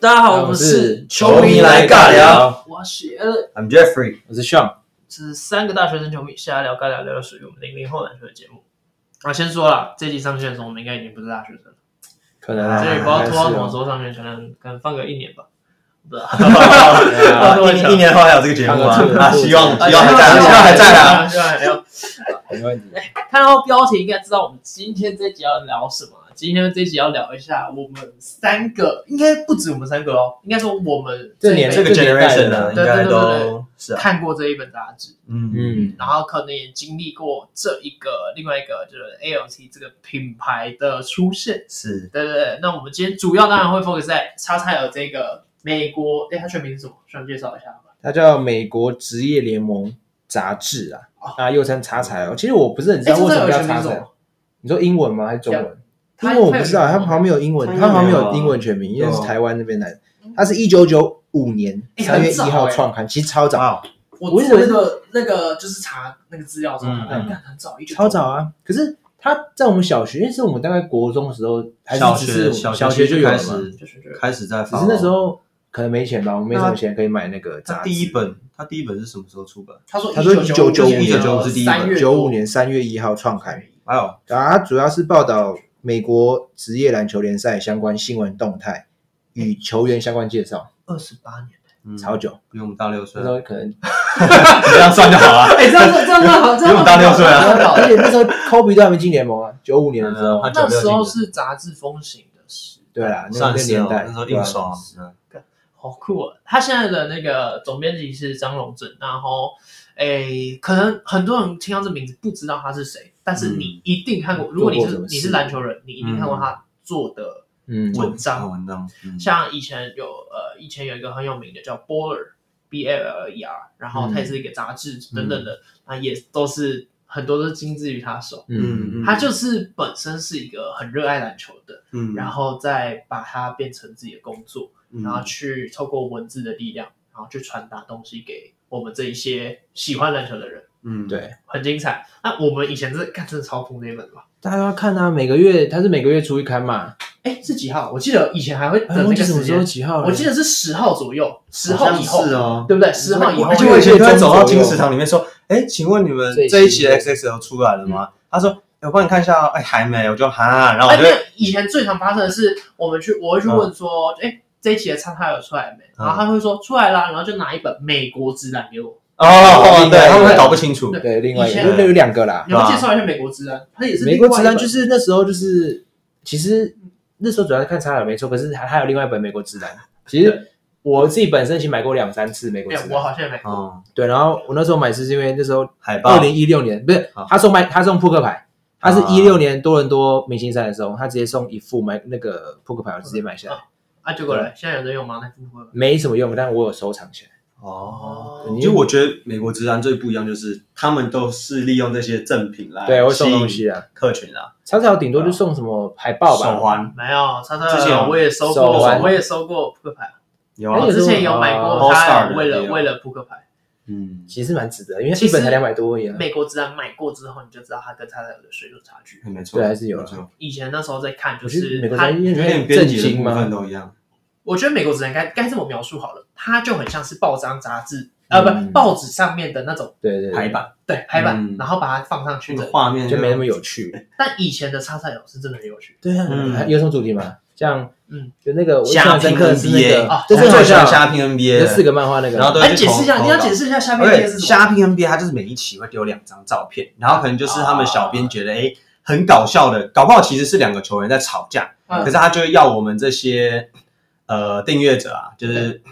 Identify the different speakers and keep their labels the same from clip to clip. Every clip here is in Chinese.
Speaker 1: 大家好，
Speaker 2: 那
Speaker 1: 我
Speaker 2: 我
Speaker 1: 们
Speaker 2: 是
Speaker 1: 是
Speaker 2: 球迷来尬聊，
Speaker 1: 我是 Alan，
Speaker 3: I'm Jeffrey。
Speaker 2: 我是 Sean，
Speaker 1: 这是三个大学生球迷瞎聊尬聊，聊聊属于我们零零后篮球的节目。啊，先说了，这集上线的时候，我们应该已经不是大学 生了，
Speaker 2: 可能啊
Speaker 1: 所以不知道拖到什么时
Speaker 2: 说。
Speaker 1: 候上线，可能可能放个一年 吧，不知道。
Speaker 2: 对啊
Speaker 1: 啊
Speaker 3: 一一年后还有这个节目啊
Speaker 2: 看个这？个
Speaker 3: 啊，希望
Speaker 2: 这个
Speaker 3: 希望还在 啊，希望还在啊。
Speaker 1: 希望还在啊。
Speaker 2: 没问题。
Speaker 1: 看到标题应该知道我们今天这集要聊什么。今天这集要聊一下我们三个，应该不止我们三个哦，应该说我们
Speaker 2: 这年
Speaker 1: 辈
Speaker 3: 这个 generation 呢，应
Speaker 1: 对对对
Speaker 3: 该
Speaker 1: 对
Speaker 3: 都是啊，
Speaker 1: 看过这一本杂志，
Speaker 3: 嗯
Speaker 2: 嗯，
Speaker 1: 然后可能也经历过这一个另外一个就是 ALT 这个品牌的出现。
Speaker 3: 是
Speaker 1: 对对对，那我们今天主要当然会 focus 在叉叉 L 这个美国，哎，它全名是什么？顺便介绍一下吧。
Speaker 2: 它叫美国职业联盟杂志啊
Speaker 1: 哦，
Speaker 2: 那又称叉彩哦。其实我不是很知
Speaker 1: 哎，叉
Speaker 2: 道为
Speaker 1: 叉
Speaker 2: 什
Speaker 1: L
Speaker 2: 么叫
Speaker 1: 全名
Speaker 2: 叉
Speaker 1: 是什
Speaker 2: 彩
Speaker 1: 么？，
Speaker 2: 你说英文吗？还是中文？
Speaker 1: 它
Speaker 2: 英文我不知道，它旁边没有英文，它旁边
Speaker 3: 它有
Speaker 2: 有
Speaker 3: 啊
Speaker 2: 英文全名，因为是
Speaker 3: 对啊
Speaker 2: 台湾那边来的。它是一九九五年
Speaker 1: 哎
Speaker 2: 三月一
Speaker 1: 很早
Speaker 2: 号
Speaker 1: 哎
Speaker 2: 创刊，其实超早，
Speaker 3: 哇哦，
Speaker 1: 我做那个那个就是查那个资料的时候，
Speaker 3: 嗯
Speaker 1: 看很早，一九
Speaker 2: 超早啊。可是它在我们小学，因为是我们大概国中的时候，还是
Speaker 3: 小
Speaker 2: 只是
Speaker 3: 学
Speaker 2: 小
Speaker 3: 学
Speaker 2: 学就有
Speaker 3: 开
Speaker 2: 了嘛。
Speaker 3: 始
Speaker 1: 就是这个
Speaker 3: 开始在
Speaker 2: 只
Speaker 3: 发哦
Speaker 2: 是
Speaker 3: 了，
Speaker 2: 那时候可能没钱吧，我没什么钱可以买那个
Speaker 3: 他
Speaker 2: 杂志。
Speaker 3: 第一本，他第一本是什么时候出版？
Speaker 1: 他说
Speaker 2: 他说
Speaker 1: 九
Speaker 2: 1995
Speaker 1: 年
Speaker 2: 年
Speaker 1: 的
Speaker 3: 是第一
Speaker 1: 三月
Speaker 3: 本
Speaker 2: 呃九五年三月一号创刊，
Speaker 3: 哎呦，
Speaker 2: 然后它主要是报道美国职业篮球联赛相关新闻动态与球员相关介绍，
Speaker 1: 二十八年。
Speaker 3: 嗯，啊
Speaker 2: 超久。
Speaker 3: 比我们大六岁
Speaker 2: 那时，候可能，
Speaker 3: 你这样算就好啊。
Speaker 1: 哎，这样这样这样好，这样
Speaker 3: 比我们大六岁啊
Speaker 1: 这样好
Speaker 2: 而且那时候 Kobe 都还没进联盟啊，九五年的时候
Speaker 3: 嗯。
Speaker 1: 那时候是杂志风行的时代，
Speaker 2: 对啦，那
Speaker 3: 算
Speaker 2: 个
Speaker 3: 是
Speaker 2: 年
Speaker 3: 哦
Speaker 2: 代，
Speaker 3: 那时候
Speaker 2: 对吧啊
Speaker 3: 印刷，嗯
Speaker 1: 好酷哦！他现在的那个总编辑是张荣正，然后诶，可能很多人听到这名字不知道他是谁，但是你一定看过，如果你
Speaker 2: 嗯做过
Speaker 1: 是
Speaker 2: 什么事
Speaker 1: 你是篮球人，你一定看过他做的。
Speaker 2: 嗯，
Speaker 1: 文章
Speaker 3: 文章，嗯
Speaker 1: 像以前有呃，以前有一个很有名的叫 Baller B L L E R，然后它也
Speaker 2: 嗯
Speaker 1: 是一个杂志等等的，那、也都是很多都是精致于他手。
Speaker 2: 嗯，
Speaker 1: 他就是本身是一个很热爱篮球的，
Speaker 3: 嗯
Speaker 1: 然后再把它变成自己的工作，
Speaker 3: 嗯
Speaker 1: 然后去透过文字的力量，然后去传达东西给我们这一些喜欢篮球的人，
Speaker 3: 嗯，
Speaker 2: 对，
Speaker 1: 很精彩。那我们以前是看真的超疯这一本的吧？
Speaker 2: 大家要看啊，每个月它是每个月出一刊嘛，
Speaker 1: 哎，是几号？我记得以前还会等
Speaker 2: 哎
Speaker 1: 那
Speaker 2: 忘
Speaker 1: 个
Speaker 2: 记什么
Speaker 1: 时
Speaker 2: 时候
Speaker 1: 间，
Speaker 2: 几号了，
Speaker 1: 我记得是十号左右，十号以后
Speaker 3: 好像是哦。
Speaker 1: 对
Speaker 2: 嗯
Speaker 1: 不对？十号以后
Speaker 3: 而且我以前都会走到金石堂里面说：“哎，请问你们这一期的 XXL 出来了吗？”他说：“哎我帮你看一下哦。”哎，还没，我就哈，然后我
Speaker 1: 而
Speaker 3: 就
Speaker 1: 且以前最常发生的是，我们去我会去问说，哎、这一期的叉叉有出来没？然
Speaker 2: 嗯
Speaker 1: 后他会说出来啦，然后就拿一本美国指南给我。
Speaker 3: 哦，对，他们会搞不清楚。
Speaker 2: 对，另外一
Speaker 1: 以
Speaker 2: 个
Speaker 1: 前
Speaker 2: 就有两个啦，
Speaker 1: 你们介绍一下美国指南，它也是
Speaker 2: 啊美国直男
Speaker 1: 南
Speaker 2: 就是是那时候就是，其实那时候主要是看差了没错，可是还还有另外一本美国直男。其实我自己本身已经买过两三次美国
Speaker 1: 哎
Speaker 2: 直，
Speaker 1: 我
Speaker 2: 男，
Speaker 1: 好像也没。
Speaker 2: 嗯
Speaker 3: 哦，
Speaker 2: 对，然后我那时候买是因为那时候
Speaker 3: 海报
Speaker 2: 二零一六年不是
Speaker 3: 哦好
Speaker 2: 他送麦他送扑克牌，他是
Speaker 3: 啊
Speaker 2: 一六年多伦多明星赛的时候，他直接送一副买那个扑克牌，我直接买
Speaker 3: 嗯
Speaker 2: 下来，
Speaker 1: 啊，结
Speaker 2: 嗯
Speaker 1: 果嘞，现在有人用吗？那部分
Speaker 2: 没什么用，但我有收藏起来。
Speaker 3: 哦。
Speaker 2: 你
Speaker 3: 就我觉得美国直男最不一样就是，他们都是利用这些赠品来
Speaker 2: 对，我会
Speaker 3: 吸
Speaker 2: 送东
Speaker 3: 引
Speaker 2: 西啊，
Speaker 3: 客群啊，
Speaker 2: 叉叉顶多就送什么海报吧，
Speaker 3: 手环
Speaker 1: 没有，叉叉
Speaker 3: 之前有
Speaker 1: 我也收
Speaker 2: 手
Speaker 1: 过，
Speaker 2: 环
Speaker 1: 我也收过扑克牌。
Speaker 3: 有
Speaker 2: 哎
Speaker 3: 啊
Speaker 1: 我
Speaker 2: 有，
Speaker 1: 之前有买过
Speaker 3: 哦
Speaker 1: 他
Speaker 3: All-Star 的
Speaker 1: 为了
Speaker 3: 也有
Speaker 1: 为了扑克牌，
Speaker 3: 嗯，
Speaker 2: 其实蛮值得，因为
Speaker 1: 其
Speaker 2: 一
Speaker 1: 实
Speaker 2: 本才两百多而已啊。
Speaker 1: 美国指南买过之后，你就知道它跟叉叉有的水准差距。
Speaker 3: 没错，
Speaker 2: 对还是有啊
Speaker 3: 没错
Speaker 1: 以前那时候在看，就
Speaker 2: 我觉得
Speaker 1: 是
Speaker 2: 美国
Speaker 1: 它
Speaker 2: 人因
Speaker 3: 因为
Speaker 2: 为
Speaker 3: 连编
Speaker 2: 震
Speaker 3: 辑的
Speaker 2: 惊
Speaker 3: 部
Speaker 2: 嘛，
Speaker 3: 分都一样，
Speaker 1: 我觉得美国职人该该这么描述好了，它就很像是报章杂志，呃，不，
Speaker 2: 嗯
Speaker 1: 报纸上面的那种
Speaker 2: 对对对
Speaker 3: 排版
Speaker 1: 对排版，
Speaker 3: 嗯
Speaker 1: 然后把它放上去
Speaker 3: 那个
Speaker 1: 的。
Speaker 3: 画面
Speaker 2: 就没那么
Speaker 3: 有，
Speaker 2: 有趣。
Speaker 1: 但以前的叉叉友是真的很有趣，
Speaker 2: 对啊，
Speaker 3: 嗯
Speaker 2: 还有什么主题吗？像
Speaker 1: 嗯
Speaker 2: 嗯，就那个我印
Speaker 3: 虾
Speaker 2: 象
Speaker 3: 拼
Speaker 2: 深刻的是那
Speaker 3: NBA，
Speaker 2: 个
Speaker 1: 啊，
Speaker 2: 这
Speaker 3: 我
Speaker 2: 是很
Speaker 3: 最
Speaker 2: 好
Speaker 3: 喜欢
Speaker 2: 笑，
Speaker 3: 虾拼
Speaker 2: 有
Speaker 3: NBA，
Speaker 2: 四个漫画那个，
Speaker 3: 然后都
Speaker 1: 来
Speaker 3: 会去
Speaker 1: 哎解释一下，
Speaker 3: 投
Speaker 1: 你要
Speaker 3: 投稿
Speaker 1: 解释一下下
Speaker 2: 哦
Speaker 1: 面那
Speaker 3: 而
Speaker 1: 个
Speaker 3: 且
Speaker 1: 是什么？
Speaker 3: 虾皮 NBA 它就是每一期会丢两张照片，然后可能就是他们
Speaker 1: 哦
Speaker 3: 小编觉得哎、诶很搞笑的，搞不好其实是两个球员在吵架，
Speaker 1: 嗯
Speaker 3: 可是他就会要我们这些呃订阅者啊，就是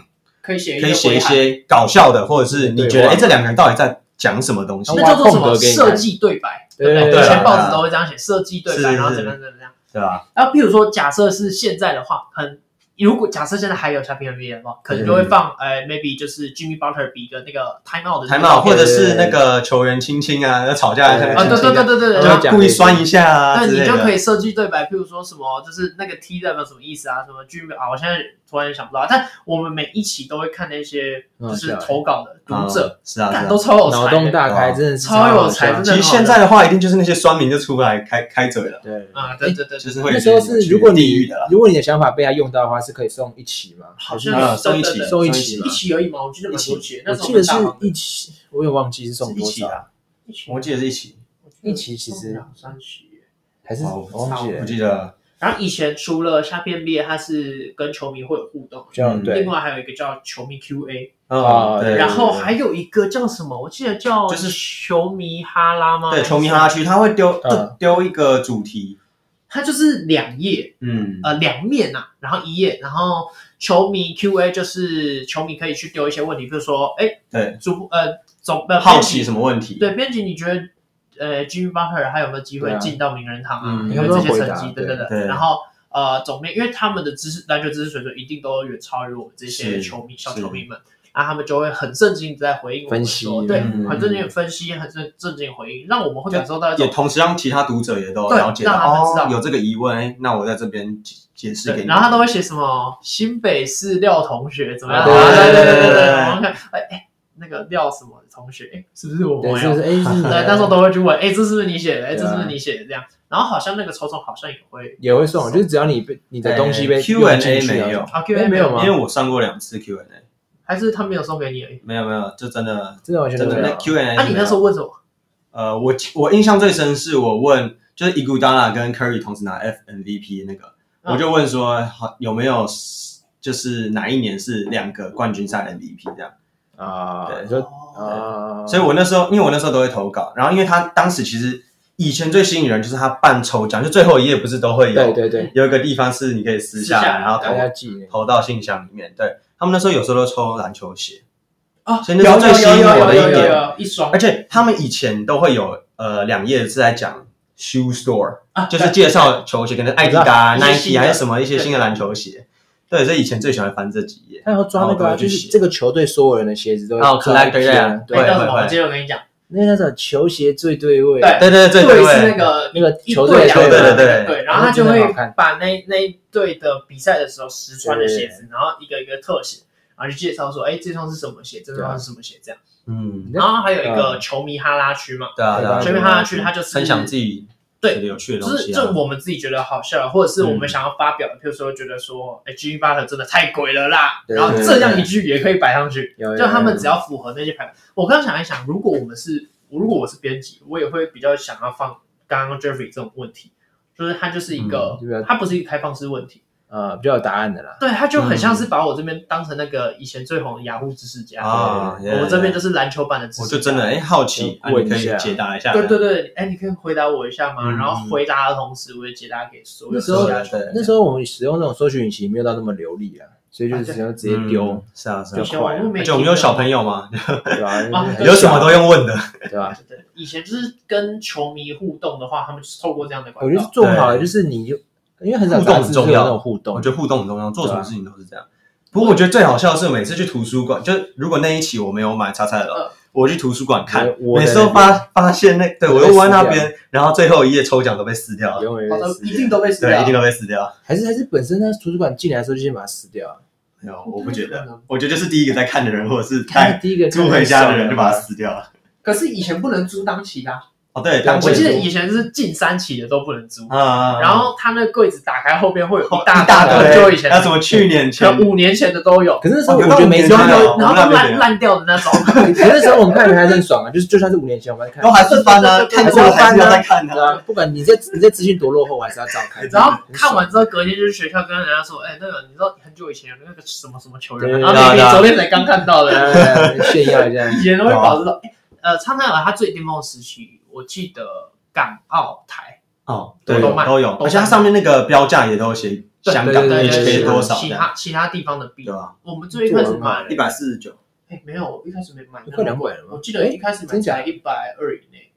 Speaker 1: 可以写一
Speaker 3: 可以
Speaker 1: 个
Speaker 3: 写
Speaker 1: 回
Speaker 3: 一
Speaker 1: 函，
Speaker 3: 些搞笑的，或者是你
Speaker 2: 对
Speaker 3: 觉得哎、
Speaker 2: 话
Speaker 3: 诶这两个人到底在讲什么东西
Speaker 2: 然，
Speaker 1: 那叫
Speaker 2: 后
Speaker 1: 做什
Speaker 2: 啊挖
Speaker 1: 么
Speaker 2: 空格给你看
Speaker 1: 设计对白，
Speaker 2: 对
Speaker 1: 不对？
Speaker 2: 对
Speaker 1: 以
Speaker 2: 啊
Speaker 1: 前报
Speaker 3: 对
Speaker 1: 纸
Speaker 3: 啊
Speaker 1: 都会这样写设计对
Speaker 3: 是
Speaker 1: 白，
Speaker 3: 是
Speaker 1: 然后怎么样怎么样。
Speaker 3: 对吧？
Speaker 1: 然后比如说假设是现在的话，可能如果假设现在还有虾皮 NBA 的
Speaker 2: 嗯
Speaker 1: 话，可能就会放呃 maybe 就是 Jimmy Butler 比个那个 time out 的
Speaker 3: 台
Speaker 1: 那个
Speaker 3: 帽，
Speaker 1: 照片
Speaker 3: 或者是那个球员亲亲啊，要吵架
Speaker 2: 对
Speaker 1: 啊，对对对对对对，
Speaker 2: 然后
Speaker 3: 就故意酸一下啊之
Speaker 1: 对
Speaker 3: 类
Speaker 1: 你
Speaker 3: 的，
Speaker 1: 就可以设计对白，譬如说什么，就是那个 T 代表什么意思啊？什么 G 啊？我现在突然想不到，但我们每一期都会看那些
Speaker 2: 嗯
Speaker 1: 就是投稿的读者，
Speaker 3: 嗯是啊，是
Speaker 1: 干
Speaker 3: 啊
Speaker 1: 都。超有
Speaker 2: 脑
Speaker 1: 才
Speaker 2: 洞
Speaker 1: 的
Speaker 2: 大
Speaker 3: 哦
Speaker 2: 开，真的是
Speaker 1: 超有才，
Speaker 2: 好
Speaker 1: 真
Speaker 2: 笑
Speaker 1: 的很好笑。
Speaker 3: 其实现在的话，一定就是那些酸民就出来开开嘴了，
Speaker 2: 对。
Speaker 1: 啊，对对对，
Speaker 3: 就是会有
Speaker 2: 那
Speaker 3: 一
Speaker 2: 时
Speaker 3: 些
Speaker 2: 候是，如果
Speaker 3: 地
Speaker 2: 你
Speaker 3: 狱的啦。
Speaker 2: 如果你的想法被他用到的话，是可以送一期吗？
Speaker 1: 好
Speaker 2: 还是
Speaker 1: 像
Speaker 3: 啊
Speaker 1: 是
Speaker 3: 送一
Speaker 1: 对
Speaker 3: 起
Speaker 1: 对对
Speaker 2: 送一
Speaker 3: 送一
Speaker 2: 期
Speaker 3: 起
Speaker 2: 嘛
Speaker 1: 一期而已嘛，我记得蛮多期的，嗯那
Speaker 2: 我
Speaker 1: 时候
Speaker 2: 记得是
Speaker 1: 很大方
Speaker 2: 一期，我有忘记是送多
Speaker 3: 一起
Speaker 2: 少，
Speaker 3: 啊，
Speaker 1: 一期
Speaker 3: 我记得是一起，
Speaker 2: 一期其实
Speaker 1: 啊两三期耶。
Speaker 2: 还是
Speaker 3: 哦
Speaker 2: 我忘记
Speaker 3: 不
Speaker 2: 了，
Speaker 3: 记得了。
Speaker 1: 然后以前除了虾片毕业，它是跟球迷会有互动，
Speaker 2: 这样
Speaker 3: 嗯
Speaker 2: 对
Speaker 1: 另，外还有一个叫球迷 Q&A，
Speaker 2: 啊
Speaker 3: 嗯，对。
Speaker 1: 然后
Speaker 3: 对对
Speaker 1: 还有一个叫什么？我记得叫
Speaker 3: 就是
Speaker 1: 球迷哈拉吗？
Speaker 3: 对球迷哈拉，区，他会丢
Speaker 2: 嗯
Speaker 3: 丢一个主题，
Speaker 1: 它就是两页，
Speaker 3: 嗯，
Speaker 1: 呃，两面呐、然后一页，然后球迷 Q&A 就是球迷可以去丢一些问题，比如说，哎，
Speaker 3: 对，
Speaker 1: 主播呃总呃
Speaker 3: 好奇什
Speaker 1: 么？
Speaker 3: 么问题？
Speaker 1: 对，编辑你觉得呃 Jimmy Butler 还有没有机
Speaker 2: 对
Speaker 1: 会
Speaker 2: 啊
Speaker 1: 进到名人堂啊？因
Speaker 3: 嗯
Speaker 1: 为
Speaker 2: 他们
Speaker 1: 这
Speaker 2: 都
Speaker 1: 些
Speaker 2: 会回
Speaker 1: 成
Speaker 2: 答
Speaker 1: 绩
Speaker 2: 对
Speaker 1: 等等
Speaker 3: 对
Speaker 1: 等，然后。呃，总面因为他们的知识篮球知识水准一定都远超于我们这些
Speaker 3: 是
Speaker 1: 球迷小
Speaker 3: 是
Speaker 1: 球迷们，然后他们就会很正经的在回应我们
Speaker 2: 分析
Speaker 1: 说对，
Speaker 3: 嗯
Speaker 1: 很正经的分析，很正正经地回应，让我们会感受到一
Speaker 3: 也
Speaker 1: 种
Speaker 3: 同时让其他读者也都
Speaker 1: 对
Speaker 3: 了解到
Speaker 1: 让他们知道
Speaker 3: 哦，有这个疑问，哎那我在这边解解释给
Speaker 1: 对，
Speaker 3: 你。
Speaker 1: 然后他都会写什么新北市廖同学怎么样？
Speaker 2: 啊对
Speaker 1: 对
Speaker 2: 对
Speaker 1: 对
Speaker 2: 对
Speaker 1: 对
Speaker 2: 对
Speaker 1: 然后看 哎哎那个廖什么同学，哎是不是我
Speaker 2: 对，
Speaker 1: 朋
Speaker 2: 是不
Speaker 1: 友？
Speaker 2: 是？哎，是你的
Speaker 1: 对，那时候都会去问，哎这是不是你写的？哎
Speaker 2: 对
Speaker 1: 这
Speaker 2: 啊
Speaker 1: 是不是你写的？这样，然后好像那个抽中好像也会
Speaker 2: 也会送，啊就是只要你被你的东西被
Speaker 3: 哎
Speaker 2: 用进
Speaker 3: Q&A
Speaker 2: 去
Speaker 3: 没有，
Speaker 1: 啊 Q&A
Speaker 2: 哎没有
Speaker 1: 吗？
Speaker 2: 吗
Speaker 3: 因为我上过两次 Q&A，
Speaker 1: 还是他没有送给你而已？
Speaker 3: 没有没有，就真的
Speaker 2: 真的完全
Speaker 3: 真
Speaker 2: 都
Speaker 3: 的
Speaker 2: 没
Speaker 3: 那
Speaker 2: 有。
Speaker 3: Q&A
Speaker 1: 那啊你那时候问什么？
Speaker 3: 呃，我我印象最深是我问，就是伊古达拉跟 Curry 同时拿 F MVP 那个，
Speaker 1: 嗯
Speaker 3: 我就问说，好有没有就是哪一年是两个冠军赛 MVP 这样？
Speaker 2: 啊，
Speaker 3: 对
Speaker 2: 你说
Speaker 1: 哦
Speaker 2: 啊，
Speaker 3: 所以我那时候，因为我那时候都会投稿，然后因为他当时其实以前最吸引人就是他办抽奖，就最后一页不是都会有
Speaker 2: 对对对，
Speaker 3: 有一个地方是你可以撕下
Speaker 1: 撕下
Speaker 3: 来，
Speaker 1: 来
Speaker 3: 然后
Speaker 2: 大家
Speaker 3: 投
Speaker 2: 记那个
Speaker 3: 投到信箱里面。对他们那时候有时候都抽篮球鞋，
Speaker 1: 啊
Speaker 3: 所以那是最吸引我的一
Speaker 1: 有有
Speaker 3: 点
Speaker 1: 有有有有一双
Speaker 3: 而且他们以前都会有呃两页是在讲 shoe store，
Speaker 1: 啊
Speaker 3: 就是介绍球鞋，可能艾迪
Speaker 1: 我
Speaker 3: 达、
Speaker 1: 知道一些新
Speaker 3: Nike
Speaker 1: 的
Speaker 3: 还是什么一些新的篮球鞋。对，所以以前最喜欢翻这几页。
Speaker 2: 他要抓那个啊，
Speaker 3: 然后
Speaker 2: 就
Speaker 3: 就是
Speaker 2: 是这个球队所有人的鞋子都
Speaker 3: 哦
Speaker 2: 抓一
Speaker 3: collector，
Speaker 2: 批啊
Speaker 3: yeah，
Speaker 1: 那
Speaker 2: 对
Speaker 1: 叫什么？
Speaker 3: 会会
Speaker 1: 我接着跟你讲，
Speaker 2: 那叫什么球鞋最对位，
Speaker 1: 对
Speaker 3: 对对对对
Speaker 1: 对是那
Speaker 3: 对，
Speaker 1: 个
Speaker 2: 那个
Speaker 1: 一
Speaker 2: 球队
Speaker 1: 队两
Speaker 3: 球队
Speaker 1: 个
Speaker 3: 的
Speaker 1: 人
Speaker 3: 对
Speaker 1: 对，然后他就
Speaker 2: 真的
Speaker 1: 会
Speaker 2: 好看
Speaker 1: 把那那一队的比赛的时候实穿的鞋子，然后一个一个特写，然后就介绍说，哎，这双是什么鞋，这双是什么鞋这样。
Speaker 3: 嗯，
Speaker 2: 对
Speaker 1: 然后还有一个球迷哈拉区嘛，
Speaker 3: 对啊对啊，
Speaker 1: 球迷哈拉区它就是
Speaker 3: 分享自己
Speaker 1: 对
Speaker 3: 觉得有趣的
Speaker 1: 就
Speaker 3: 东
Speaker 1: 是
Speaker 3: 西
Speaker 1: 这
Speaker 3: 啊。嗯
Speaker 1: 我们自己觉得好笑，或者是我们想要发表的，譬如说觉得说，哎，G 八的真的太鬼了啦，
Speaker 2: 对
Speaker 1: 然后这样一句也可以摆上去，
Speaker 2: 有有
Speaker 1: 就他们只
Speaker 2: 要
Speaker 1: 要符合那些排版。我刚刚想一想，如果我们是，如果我是编辑，我也会比较想要放刚刚 Jeffrey 这种问题，就是它就是一个
Speaker 2: 嗯就比较，
Speaker 1: 它不是一个开放式问题，
Speaker 2: 呃比较有答案的啦，
Speaker 1: 对，它就很像是把我这边当成那个以前最红的雅虎知识家，
Speaker 3: 啊，，
Speaker 2: 对
Speaker 1: 我们这边就是是篮球版的知
Speaker 3: 我
Speaker 1: 识
Speaker 3: 就真的
Speaker 1: 家。
Speaker 3: 哎好奇，啊
Speaker 2: 问
Speaker 3: 你
Speaker 2: 一
Speaker 3: 可以
Speaker 2: 下
Speaker 3: 解答一下。
Speaker 1: 对对对，哎，你可以回答我一下吗？
Speaker 3: 嗯
Speaker 1: 然后回答的同时，我也解答给所有
Speaker 2: 那
Speaker 1: 的
Speaker 2: 时候
Speaker 1: 大家
Speaker 3: 对对，
Speaker 2: 那时候我们使用那种搜寻引擎没有到那么流利啊，所以就是只能直接丢
Speaker 3: 嗯，，是啊是
Speaker 2: 比
Speaker 1: 以
Speaker 3: 啊
Speaker 2: 较。
Speaker 1: 前网络媒
Speaker 3: 而
Speaker 1: 体
Speaker 3: 且我们有小朋友吗？
Speaker 2: 对吧
Speaker 1: 啊？
Speaker 2: 很
Speaker 3: 有什么
Speaker 2: 小
Speaker 3: 都用问的。
Speaker 2: 对
Speaker 3: 啊
Speaker 2: 吧？
Speaker 1: 对，以前就是跟球迷互动的话，他们就是透过这样的
Speaker 2: 我
Speaker 1: 管
Speaker 2: 觉得
Speaker 1: 道。
Speaker 2: 做好就是你就因为很少
Speaker 3: 啊互动
Speaker 2: 杂
Speaker 3: 很
Speaker 2: 志
Speaker 3: 重
Speaker 2: 是有
Speaker 3: 要
Speaker 2: 那种互动
Speaker 3: 我，觉得互动很重要，做什么事情都是这样。不过我觉得最好笑的是每次去图书馆，就是如果那一期我没有买叉叉
Speaker 1: 嗯
Speaker 3: 的，我去图书馆看
Speaker 2: 我，我
Speaker 3: 每
Speaker 2: 在
Speaker 3: 次都
Speaker 2: 那边
Speaker 3: 发发现那对
Speaker 2: 我
Speaker 3: 我
Speaker 2: 在
Speaker 3: 又弯那
Speaker 2: 撕掉
Speaker 3: 边，然后最后一页抽奖都被撕掉了，
Speaker 2: 永远
Speaker 1: 好
Speaker 2: 会
Speaker 1: 的，
Speaker 2: 死
Speaker 1: 一定都被撕
Speaker 3: 对，
Speaker 1: 掉。
Speaker 3: 一定都被撕掉。
Speaker 2: 还是还是本身他图书馆进来的时候就先把它撕掉啊，
Speaker 3: 没有，我不觉
Speaker 1: 不太可
Speaker 3: 得
Speaker 1: 能，
Speaker 3: 我觉得就是第一个在看的人，或者是
Speaker 2: 他
Speaker 3: 带
Speaker 2: 第一个
Speaker 3: 哎租回家的人就把它
Speaker 2: 它，
Speaker 3: 撕掉了。
Speaker 1: 可是以前不能租当期的啊、
Speaker 3: 哦，对，
Speaker 2: 对
Speaker 3: 当
Speaker 1: 我
Speaker 3: 时
Speaker 1: 记得以前是进三期的都不能租，
Speaker 3: 啊啊，啊
Speaker 1: 然后他那个柜子打开后边会有一
Speaker 3: 哦一
Speaker 1: 大
Speaker 3: 大
Speaker 1: 堆，
Speaker 3: 堆，
Speaker 1: 就以前嗯
Speaker 3: 那什么去年前
Speaker 1: 可能五年前的都有，
Speaker 2: 可是那时候
Speaker 3: 哦
Speaker 2: 我
Speaker 3: 有到
Speaker 2: 觉得没
Speaker 3: 五年
Speaker 2: 差
Speaker 3: 前
Speaker 2: 啊
Speaker 3: 啊
Speaker 1: 然后
Speaker 3: 我们那
Speaker 1: 都
Speaker 3: 边
Speaker 1: 烂
Speaker 3: 也
Speaker 1: 烂掉的那 种。
Speaker 2: 可是那时候我们看还是很爽啊，就是就算是五年前我们在看
Speaker 3: 都，还是翻啊，看过了还是要再看
Speaker 2: 对
Speaker 3: 的。
Speaker 2: 啊，不管你这你这资讯多落后，我还是要照 看。
Speaker 1: 然后看完之后，隔天就是学校跟人家说，哎，那个你知道很久以前有那个什么什么球员，
Speaker 2: 对
Speaker 1: 然
Speaker 3: 对
Speaker 1: 后
Speaker 3: 对
Speaker 1: 你
Speaker 3: 对
Speaker 1: 昨天才刚看 到的，
Speaker 2: 对炫耀一下，
Speaker 1: 以前都会保持到。
Speaker 3: 啊
Speaker 1: 哎呃，苍太尔他最巅峰的时期，我记得港澳台，
Speaker 3: 哦，
Speaker 1: 对
Speaker 3: 对，
Speaker 1: 都卖
Speaker 3: 都有，
Speaker 1: 都
Speaker 3: 而且它
Speaker 1: 卖
Speaker 3: 上面那个标价也都有写
Speaker 1: 对
Speaker 3: 香港
Speaker 2: 对对对
Speaker 3: HK
Speaker 2: 对
Speaker 3: 多少
Speaker 1: 其
Speaker 3: 这样，
Speaker 1: 他其他地方的币
Speaker 3: 对，啊吧？
Speaker 1: 我们最一开始买
Speaker 2: 对
Speaker 3: 一百四十九。
Speaker 1: 哎，没有，我一开始没买那么贵，
Speaker 2: 快两百了吗
Speaker 1: 我记
Speaker 3: 哎
Speaker 1: 得一开始买
Speaker 2: 哎真假
Speaker 1: 才一百二以内，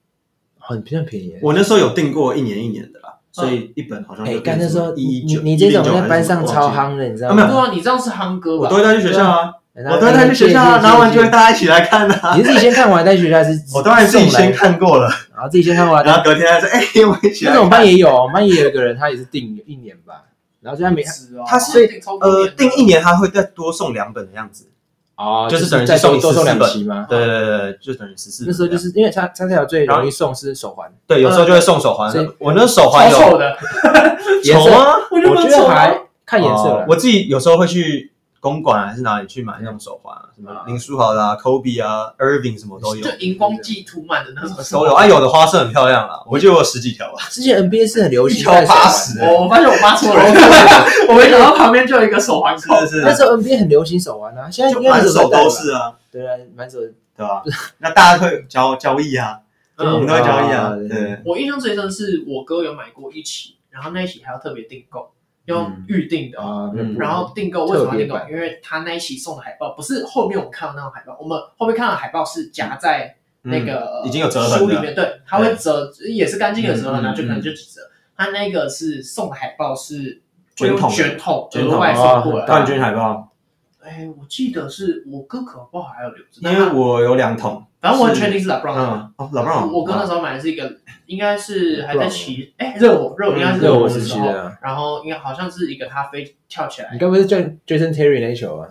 Speaker 2: 很很便宜耶。
Speaker 3: 我那时候有订过一年一年的啦，所以一本好像
Speaker 2: 哎，
Speaker 3: 就
Speaker 2: 干那时候
Speaker 3: 一
Speaker 2: 你
Speaker 3: 一九，
Speaker 2: 你这种在班上超
Speaker 3: 哈，
Speaker 2: 夯的，你知道
Speaker 3: 没有
Speaker 1: 对
Speaker 2: 吗？哎
Speaker 1: 啊，你这样是夯哥
Speaker 3: 我
Speaker 1: 吧
Speaker 3: 都？会带去学校啊，
Speaker 2: 我
Speaker 3: 我都会带去学校啊，拿完就会大家一起来看啊。
Speaker 2: 你是自己先看完，带去学校还是
Speaker 3: 我当然自己先，看过了，
Speaker 2: 然啊后自己先看完，
Speaker 3: 然后隔天还说，哎，我们一起
Speaker 2: 其
Speaker 3: 来
Speaker 2: 实我们
Speaker 3: 看。
Speaker 2: 班也有，我们班也有一个人，他也是订一年吧，然后就他每
Speaker 1: 值哦，
Speaker 3: 他
Speaker 2: 是
Speaker 3: 呃，定一年他会再多送两本的样子。
Speaker 2: 哦，
Speaker 3: 就是等于
Speaker 2: 再
Speaker 3: 是送
Speaker 2: 送
Speaker 3: 你
Speaker 2: 多送两
Speaker 3: 14本
Speaker 2: 期吗？
Speaker 3: 对对对，对就等于十四。
Speaker 2: 那时候就是因为他他条最容易送是手环，
Speaker 3: 对，有时候就会送手环
Speaker 2: 所以。
Speaker 3: 我那手
Speaker 1: 超
Speaker 3: 环有
Speaker 1: 丑的，
Speaker 2: 颜
Speaker 3: 丑
Speaker 2: 色
Speaker 3: 吗？
Speaker 1: 我
Speaker 2: 我觉
Speaker 1: 蛮丑的
Speaker 2: 得还看颜色
Speaker 3: 哦
Speaker 2: 了。
Speaker 3: 我自己有时候会去公馆还是哪里去买那种手环啊，什么
Speaker 1: 啊
Speaker 3: 林书豪的啊、Kobe 啊、Irving 什么都有
Speaker 1: 就，荧光剂涂满的那种
Speaker 3: 都有。啊，有的花色很漂亮啦，我就有十几条吧。
Speaker 2: 哎之前 NBA 是很流行
Speaker 3: 一条
Speaker 2: 戴手环
Speaker 3: 八十
Speaker 1: 哦我我发现我发错了， 我没想到旁边就有一个手环 扣，
Speaker 3: 是
Speaker 2: 那时候 NBA 很流行手环啊，现在
Speaker 3: 就
Speaker 2: 应该
Speaker 3: 满
Speaker 2: 很少
Speaker 3: 手
Speaker 2: 戴
Speaker 3: 都
Speaker 2: 吧
Speaker 3: 是啊，
Speaker 2: 对啊，满手
Speaker 3: 对吧？那大家会交交易啊，我
Speaker 1: 嗯
Speaker 3: 们都会交易啊
Speaker 2: 啊，
Speaker 3: 对。
Speaker 1: 我印象最深是我哥有买过一期，然后那一期还要特别订购，用预定的。
Speaker 2: 啊，
Speaker 3: 嗯
Speaker 1: 然后订购为什么要订
Speaker 2: 特
Speaker 1: 购
Speaker 2: 别？版
Speaker 1: 因为他那一期送的海报不是后面我们看到那种海报，我们后面看到的海报是夹在那个、
Speaker 3: 嗯已经有折痕的嗯
Speaker 1: 书里面，对，它会折，也是干净的折痕啊，就可能就几折。他那个是送的海报是
Speaker 3: 卷筒的
Speaker 1: 卷筒
Speaker 3: 卷筒
Speaker 1: 额
Speaker 3: 啊
Speaker 1: 外送过来的。
Speaker 2: 哦
Speaker 3: 冠军海报，
Speaker 1: 哎，我记得是我哥可不好还有留着，
Speaker 3: 因为我有两桶，
Speaker 1: 反正我很确定是 LeBron 的。
Speaker 3: 嗯，哦，老布朗，
Speaker 1: 我哥那时候买的是一个，应该是还在骑，哎，热火，热火应
Speaker 3: 嗯
Speaker 1: 该是
Speaker 2: 热
Speaker 1: 火
Speaker 2: 火
Speaker 1: 的
Speaker 2: 时
Speaker 1: 时
Speaker 2: 期
Speaker 1: 候，
Speaker 2: 的啊，
Speaker 1: 然后应该好像是一个他飞跳起来
Speaker 2: 你，该不会是叫 Jason Terry 那一球啊？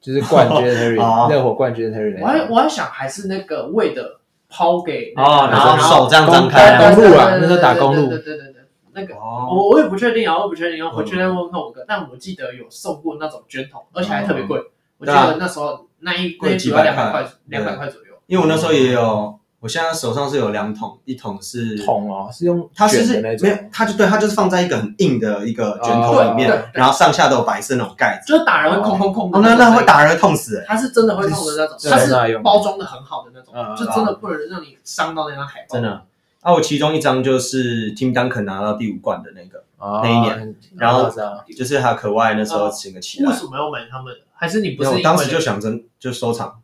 Speaker 2: 就是冠军的
Speaker 3: 哦
Speaker 2: Terry，热火冠军的 Terry
Speaker 1: 我还
Speaker 2: 那一球。
Speaker 1: 我还想还是那个为的抛给那个
Speaker 3: 哦，然后手这样张开啊，
Speaker 2: 公公路啊
Speaker 1: 对对对
Speaker 2: 那时候打公路
Speaker 1: 对对对对对，那个。
Speaker 3: 哦，
Speaker 1: 我我也不确定啊，我也不确定啊，我确定问问我哥，但我记得有送过那种卷筒，而且还特别贵。我记得那时候那一那
Speaker 3: 贵
Speaker 1: 一
Speaker 3: 几
Speaker 1: 组要
Speaker 3: 百
Speaker 1: 两
Speaker 3: 块
Speaker 1: 百块，两百块左右。
Speaker 3: 因为我那时候也有，我现在手上是有两桶，一桶是
Speaker 2: 桶哦，是用
Speaker 3: 它是
Speaker 2: 卷
Speaker 3: 是
Speaker 2: 的
Speaker 3: 没
Speaker 2: 那
Speaker 3: 有
Speaker 2: 种，，
Speaker 3: 它就对，它就是放在一个很硬的一个卷筒里
Speaker 1: 哦
Speaker 3: 面
Speaker 1: 对对，
Speaker 3: 然后上下都有白色那种盖子。
Speaker 1: 就是打人会空空空的
Speaker 3: 哦，那
Speaker 1: 种
Speaker 3: 那会打人会痛死欸，
Speaker 1: 它是真的会痛的那种，
Speaker 2: 是
Speaker 3: 啊
Speaker 1: 它
Speaker 2: 是那
Speaker 1: 是
Speaker 2: 用
Speaker 1: 包装的很好的那种
Speaker 2: 嗯，
Speaker 1: 就真的不能让你伤到那张海报。
Speaker 3: 真，的。啊，我其中一张就是 Tim Duncan 拿到第五冠的那个，
Speaker 2: 那
Speaker 3: 那一年，然后
Speaker 2: 是啊，
Speaker 3: 就是还有可外那时候整个起
Speaker 1: 为
Speaker 3: 来，
Speaker 1: 什么要买他们？还是你不
Speaker 3: 没有
Speaker 1: 是
Speaker 3: 我
Speaker 1: 因
Speaker 3: 当
Speaker 1: 为
Speaker 3: 时就想真就收藏，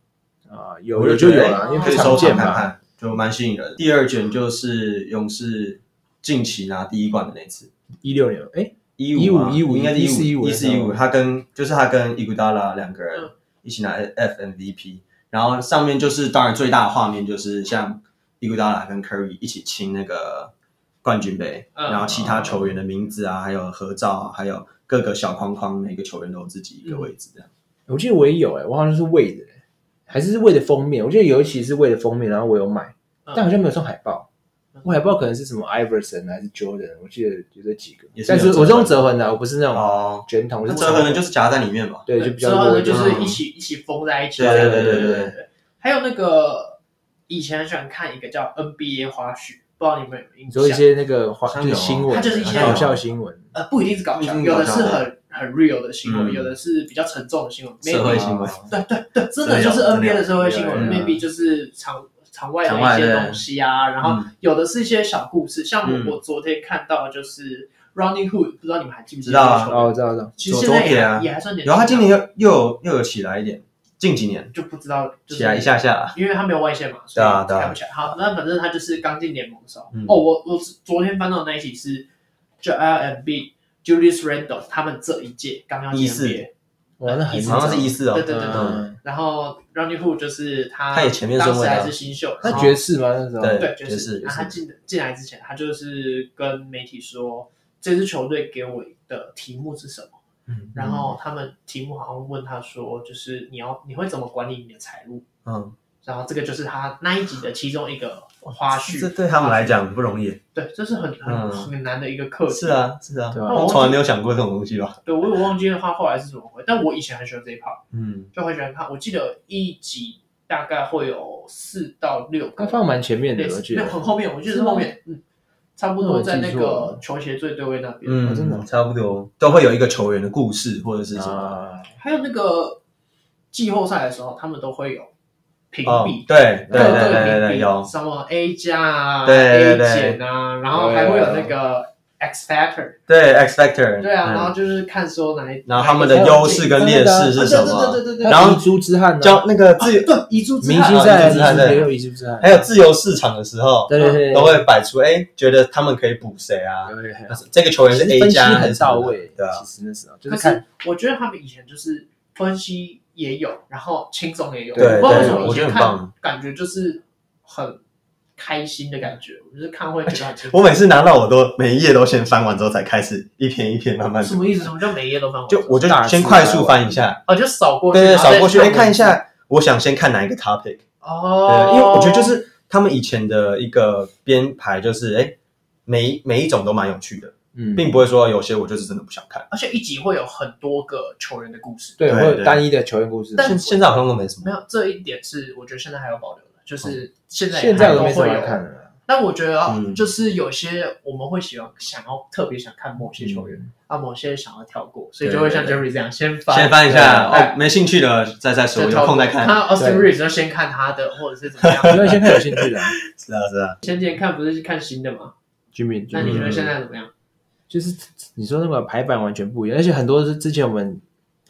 Speaker 2: 啊
Speaker 3: 我
Speaker 2: 有
Speaker 3: 就
Speaker 2: 有
Speaker 3: 觉
Speaker 2: 就
Speaker 3: 得
Speaker 2: 有
Speaker 1: 哎
Speaker 2: 了，因为
Speaker 3: 可
Speaker 2: 不
Speaker 3: 以
Speaker 1: 常
Speaker 3: 收
Speaker 2: 常
Speaker 3: 藏
Speaker 2: 见
Speaker 3: 看
Speaker 2: 嘛。
Speaker 3: 看，就蛮吸引人的。第二卷就是勇士近期拿第一冠的那次，
Speaker 2: 一六年，哎，
Speaker 3: 一啊
Speaker 2: 15
Speaker 3: 应该是
Speaker 2: 14
Speaker 3: 一四一
Speaker 2: 15
Speaker 3: 五，他跟就是他跟伊古达拉两个人
Speaker 1: 嗯
Speaker 3: 一起拿 F MVP，然后上面就是当然最大的画面就是像伊古达拉跟 Curry 一起亲那个冠军杯，
Speaker 1: 嗯
Speaker 3: 然后其他球员的名字啊，还有合照啊，还有各个小框框，每个球员都有自己一个位置这样。
Speaker 2: 我记得我也有哎、我好像是为的、还是为的封面。我记得有一期是为了封面，然后我有买，
Speaker 1: 嗯
Speaker 2: 但好像没有送海报。我海报可能是什么 Iverson 啊还是 Jordan，我记得有这几个
Speaker 3: 也，是有
Speaker 2: 但是
Speaker 3: 折痕
Speaker 2: 我是用折痕的，我不是那种
Speaker 3: 哦，
Speaker 2: 卷筒，我
Speaker 3: 那
Speaker 2: 是
Speaker 3: 折痕的就是夹在里面吧。
Speaker 2: 对，就比较嗯
Speaker 1: 之后
Speaker 2: 弱
Speaker 1: 呢，
Speaker 2: 一
Speaker 1: 啊就
Speaker 2: 点。
Speaker 1: 是一起一起封在一起。
Speaker 3: 对嗯对对
Speaker 2: 对对
Speaker 3: 对
Speaker 1: 对。还有那个以前很喜欢看一个叫 NBA 花絮，不知道你们有没有印
Speaker 2: 你说一
Speaker 1: 象？
Speaker 2: 些那个花
Speaker 3: 像
Speaker 2: 就是
Speaker 3: 有啊
Speaker 2: 新闻，啊
Speaker 1: 它就是一些
Speaker 2: 搞笑新闻，
Speaker 1: 呃，不一定是搞笑，
Speaker 3: 不一定是
Speaker 1: 有
Speaker 3: 搞
Speaker 1: 的
Speaker 3: 笑
Speaker 1: 是很很 real 的新闻，
Speaker 3: 嗯
Speaker 1: 有的是比较沉重的新闻。
Speaker 3: 社会
Speaker 1: maybe
Speaker 3: 新闻
Speaker 2: 啊
Speaker 1: 对对对，真的
Speaker 3: 真的有
Speaker 1: 就是
Speaker 3: 真的
Speaker 1: NBA
Speaker 3: 有
Speaker 1: 的社会新闻
Speaker 3: 有有有
Speaker 1: ，maybe 就是场场外
Speaker 3: 场
Speaker 1: 的
Speaker 3: 外
Speaker 1: 一些
Speaker 3: 的
Speaker 1: 东西啊，然后有的是一些小故事，像
Speaker 3: 嗯
Speaker 1: 我我昨天看到的就是 Ronnie Hood，不知道你们还记不记
Speaker 3: 知
Speaker 1: 得这
Speaker 3: 道啊
Speaker 1: 个球
Speaker 2: 哦，
Speaker 1: 员？
Speaker 2: 我知道，我知道，
Speaker 1: 其实现在
Speaker 3: 左撇
Speaker 1: 也
Speaker 3: 啊
Speaker 1: 还也还算年轻
Speaker 3: 有
Speaker 1: 啊，
Speaker 3: 他今年又又又有起来一点，近几年
Speaker 1: 就不知道就是
Speaker 3: 起来一下下啦。
Speaker 1: 因为他没有外线嘛，所
Speaker 3: 对
Speaker 1: 以
Speaker 3: 啊对啊
Speaker 1: 看不起来。好，那反正他就是刚进联盟的时候。
Speaker 3: 嗯
Speaker 1: 哦，我我昨天翻到的那一集是 Joel Embiid、Julius Randle 他们这一届刚要进
Speaker 3: 一四
Speaker 1: NBA，
Speaker 2: 哇，那很
Speaker 1: 一
Speaker 3: 好像是一四哦，
Speaker 1: 对对对对对
Speaker 3: 嗯
Speaker 1: 然后 Ronnie Hood 就是他，
Speaker 3: 他也前面顺
Speaker 1: 当
Speaker 3: 位啊
Speaker 1: 时还是新秀，
Speaker 2: 那
Speaker 1: 然后
Speaker 2: 爵士吗？那时候
Speaker 3: 对
Speaker 1: 对
Speaker 3: 爵
Speaker 1: 爵
Speaker 3: 士
Speaker 1: 士。啊然后他
Speaker 3: 爵
Speaker 1: 进进来之前，他就是跟媒体说这支球队给我的题目是什么，
Speaker 3: 嗯
Speaker 1: 然后他们题目好像问他说，就是你要你会怎么管理你的财务？
Speaker 3: 嗯，
Speaker 1: 然后这个就是他那一集的其中一个花絮，
Speaker 3: 这对他们来讲不容易。
Speaker 1: 对，这是很很、
Speaker 3: 嗯
Speaker 1: 很难的一个课题。
Speaker 3: 是，啊，是啊，
Speaker 2: 对
Speaker 1: 那
Speaker 2: 吧？
Speaker 1: 我
Speaker 3: 从来没有想过这种东西吧？
Speaker 1: 对我有忘记他后来是怎么回，但我以前很喜欢这一 part，
Speaker 3: 嗯，
Speaker 1: 就很喜欢看。我记得一集大概会有四到六
Speaker 2: 他
Speaker 1: 个，
Speaker 2: 放蛮前面的
Speaker 1: 类，
Speaker 2: 我
Speaker 1: 似没
Speaker 2: 记得
Speaker 3: 啊
Speaker 1: 有。很后面，我记得是后面，嗯，差不多在那
Speaker 2: 那我
Speaker 1: 个球鞋最对位那边。
Speaker 3: 嗯，
Speaker 2: 哦真的哦
Speaker 3: 差不多都会有一个球员的故事或者是什么。
Speaker 2: 啊，
Speaker 1: 还有那个季后赛的时候，他们都会有评
Speaker 3: 哦
Speaker 1: 比，，
Speaker 3: 对对
Speaker 1: 各
Speaker 3: 对
Speaker 1: 队
Speaker 3: 对对
Speaker 1: 评
Speaker 3: 对，
Speaker 1: 比
Speaker 3: 有
Speaker 1: 什么 A 加啊、
Speaker 3: 对对
Speaker 1: A
Speaker 3: 对
Speaker 1: 减啊，然后还会有那个 X Factor。
Speaker 3: 对 X Factor，
Speaker 1: 对啊，
Speaker 3: 嗯
Speaker 1: 然后就是看说哪一，
Speaker 3: 然后他们
Speaker 1: 哪一
Speaker 3: 的
Speaker 1: 个
Speaker 3: 优势跟劣势是什
Speaker 1: 啊对对
Speaker 3: 么？
Speaker 1: 对对对对，
Speaker 3: 然后
Speaker 2: 遗珠之憾呢？啊
Speaker 3: 交那个自由
Speaker 1: 对遗珠之
Speaker 2: 明
Speaker 1: 憾
Speaker 2: 星赛
Speaker 3: 遗珠之憾
Speaker 2: 的
Speaker 3: 对
Speaker 2: 也有遗珠之憾，
Speaker 3: 还有自由市场的时候，
Speaker 2: 哎对对对，
Speaker 3: 都会摆出哎，觉得他们可以补谁啊？
Speaker 2: 有有有
Speaker 3: 这个球员是
Speaker 2: 其实
Speaker 3: A
Speaker 2: 分析
Speaker 3: 加还
Speaker 2: 很
Speaker 3: 是什么
Speaker 2: 到
Speaker 3: 的
Speaker 2: 位，
Speaker 3: 对啊，
Speaker 2: 其实那时候就
Speaker 1: 可
Speaker 2: 是看
Speaker 1: 是我觉得他们以前就是分析也有，然后轻松也有，
Speaker 2: 对
Speaker 1: 不知道为什么
Speaker 3: 对
Speaker 1: 以
Speaker 3: 我觉
Speaker 1: 前
Speaker 3: 得很
Speaker 1: 看
Speaker 3: 棒
Speaker 1: 感觉就是很开心的感觉，我就是看会觉得很兴奋
Speaker 3: 我每次拿到我都每一页都先翻完之后才开始一篇一篇慢 慢
Speaker 1: 什么意思？什么叫每页都翻完？
Speaker 3: 就我就先快
Speaker 2: 啊
Speaker 3: 速翻一下，
Speaker 1: 哦，就扫过去，
Speaker 3: 对对，
Speaker 1: 然后再
Speaker 3: 扫过去哎
Speaker 1: 文
Speaker 3: 看一
Speaker 1: 字
Speaker 3: 下，我想先看哪一个 topic，
Speaker 1: 哦，
Speaker 3: 对，因为我觉得就是他们以前的一个编排就是哎。每一每一种都蛮有趣的，
Speaker 2: 嗯，
Speaker 3: 并不会说有些我就是真的不想看。
Speaker 1: 而且一集会有很多个球员的故事，
Speaker 2: 对，
Speaker 3: 对
Speaker 2: 会有
Speaker 3: 对
Speaker 2: 单一的球员故事。
Speaker 1: 但
Speaker 3: 现现在好像都没什
Speaker 1: 没
Speaker 3: 么，
Speaker 1: 有这一点是我觉得现在还有保留的，就是
Speaker 3: 哦
Speaker 1: 现在
Speaker 2: 现在我都没什
Speaker 1: 会
Speaker 2: 么
Speaker 1: 有
Speaker 2: 人看。 了，
Speaker 1: 但我觉得啊
Speaker 3: 嗯
Speaker 1: 就是有些我们会喜欢想要特别想看某些球员，啊，某些想要跳过，所以就会像
Speaker 3: 嗯对
Speaker 1: Jerry 这样先翻，
Speaker 3: 先翻一下，
Speaker 1: 对哎
Speaker 3: 哦，没兴趣的再再说，
Speaker 1: 再
Speaker 3: 有
Speaker 1: 跳
Speaker 3: 空
Speaker 1: 过
Speaker 3: 再看。
Speaker 1: 看 Austin
Speaker 2: 对
Speaker 1: Reeves 就先看他的，或者是怎么
Speaker 2: 因为
Speaker 1: 样。
Speaker 2: 现在有兴趣的啊
Speaker 3: 是啊，是啊，
Speaker 1: 前几天看不是看新的吗？
Speaker 2: Jimmy，
Speaker 1: 那你觉得
Speaker 2: Jimmy
Speaker 1: 现在怎么样？
Speaker 2: 就是你说那个排版完全不一样，而且很多是之前我们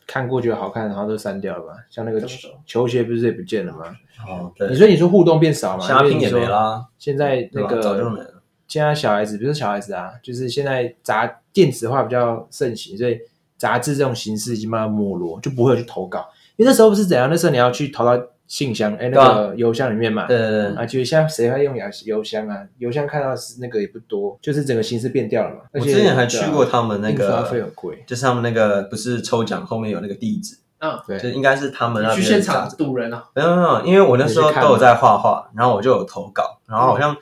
Speaker 2: 看过觉得好看，然后都删掉了嘛，像那个
Speaker 1: 怎么
Speaker 2: 球
Speaker 1: 说
Speaker 2: 球鞋不是也不见了吗？
Speaker 3: 哦，
Speaker 2: 你
Speaker 3: 对，
Speaker 2: 说你说互动变少嘛？
Speaker 3: 虾
Speaker 2: 因
Speaker 3: 拼
Speaker 2: 为你
Speaker 3: 也
Speaker 2: 说
Speaker 3: 没啦，
Speaker 2: 现在
Speaker 3: 对
Speaker 2: 那
Speaker 3: 吧早就没
Speaker 2: 个
Speaker 3: 了。
Speaker 2: 现在小孩子，比如说小孩子啊，就是现在杂电子化比较盛行，所以杂志这种形式已经慢慢没落，就不会有去投稿。因为那时候不是怎样，那时候你要去投到信箱，哎，那个邮箱里面嘛。
Speaker 3: 啊对对对，
Speaker 2: 啊，其实现在谁会用邮邮箱啊？邮箱看到是那个也不多，就是整个形式变掉了嘛。而
Speaker 3: 我
Speaker 2: 且
Speaker 3: 之前还去过
Speaker 2: 对啊
Speaker 3: 他们那
Speaker 2: 印刷费
Speaker 3: 个，
Speaker 2: 很贵，
Speaker 3: 就是他们那个不是抽奖后面有那个地址，
Speaker 1: 嗯，
Speaker 2: 对
Speaker 3: 就应该是他们那
Speaker 1: 去
Speaker 3: 边
Speaker 1: 现
Speaker 3: 杂
Speaker 1: 场
Speaker 3: 志
Speaker 1: 堵人啊！
Speaker 3: 没有没有，因为我那时候
Speaker 2: 你去看嗯
Speaker 3: 都
Speaker 2: 吗
Speaker 3: 有在画画，然后我就有投稿，然后好像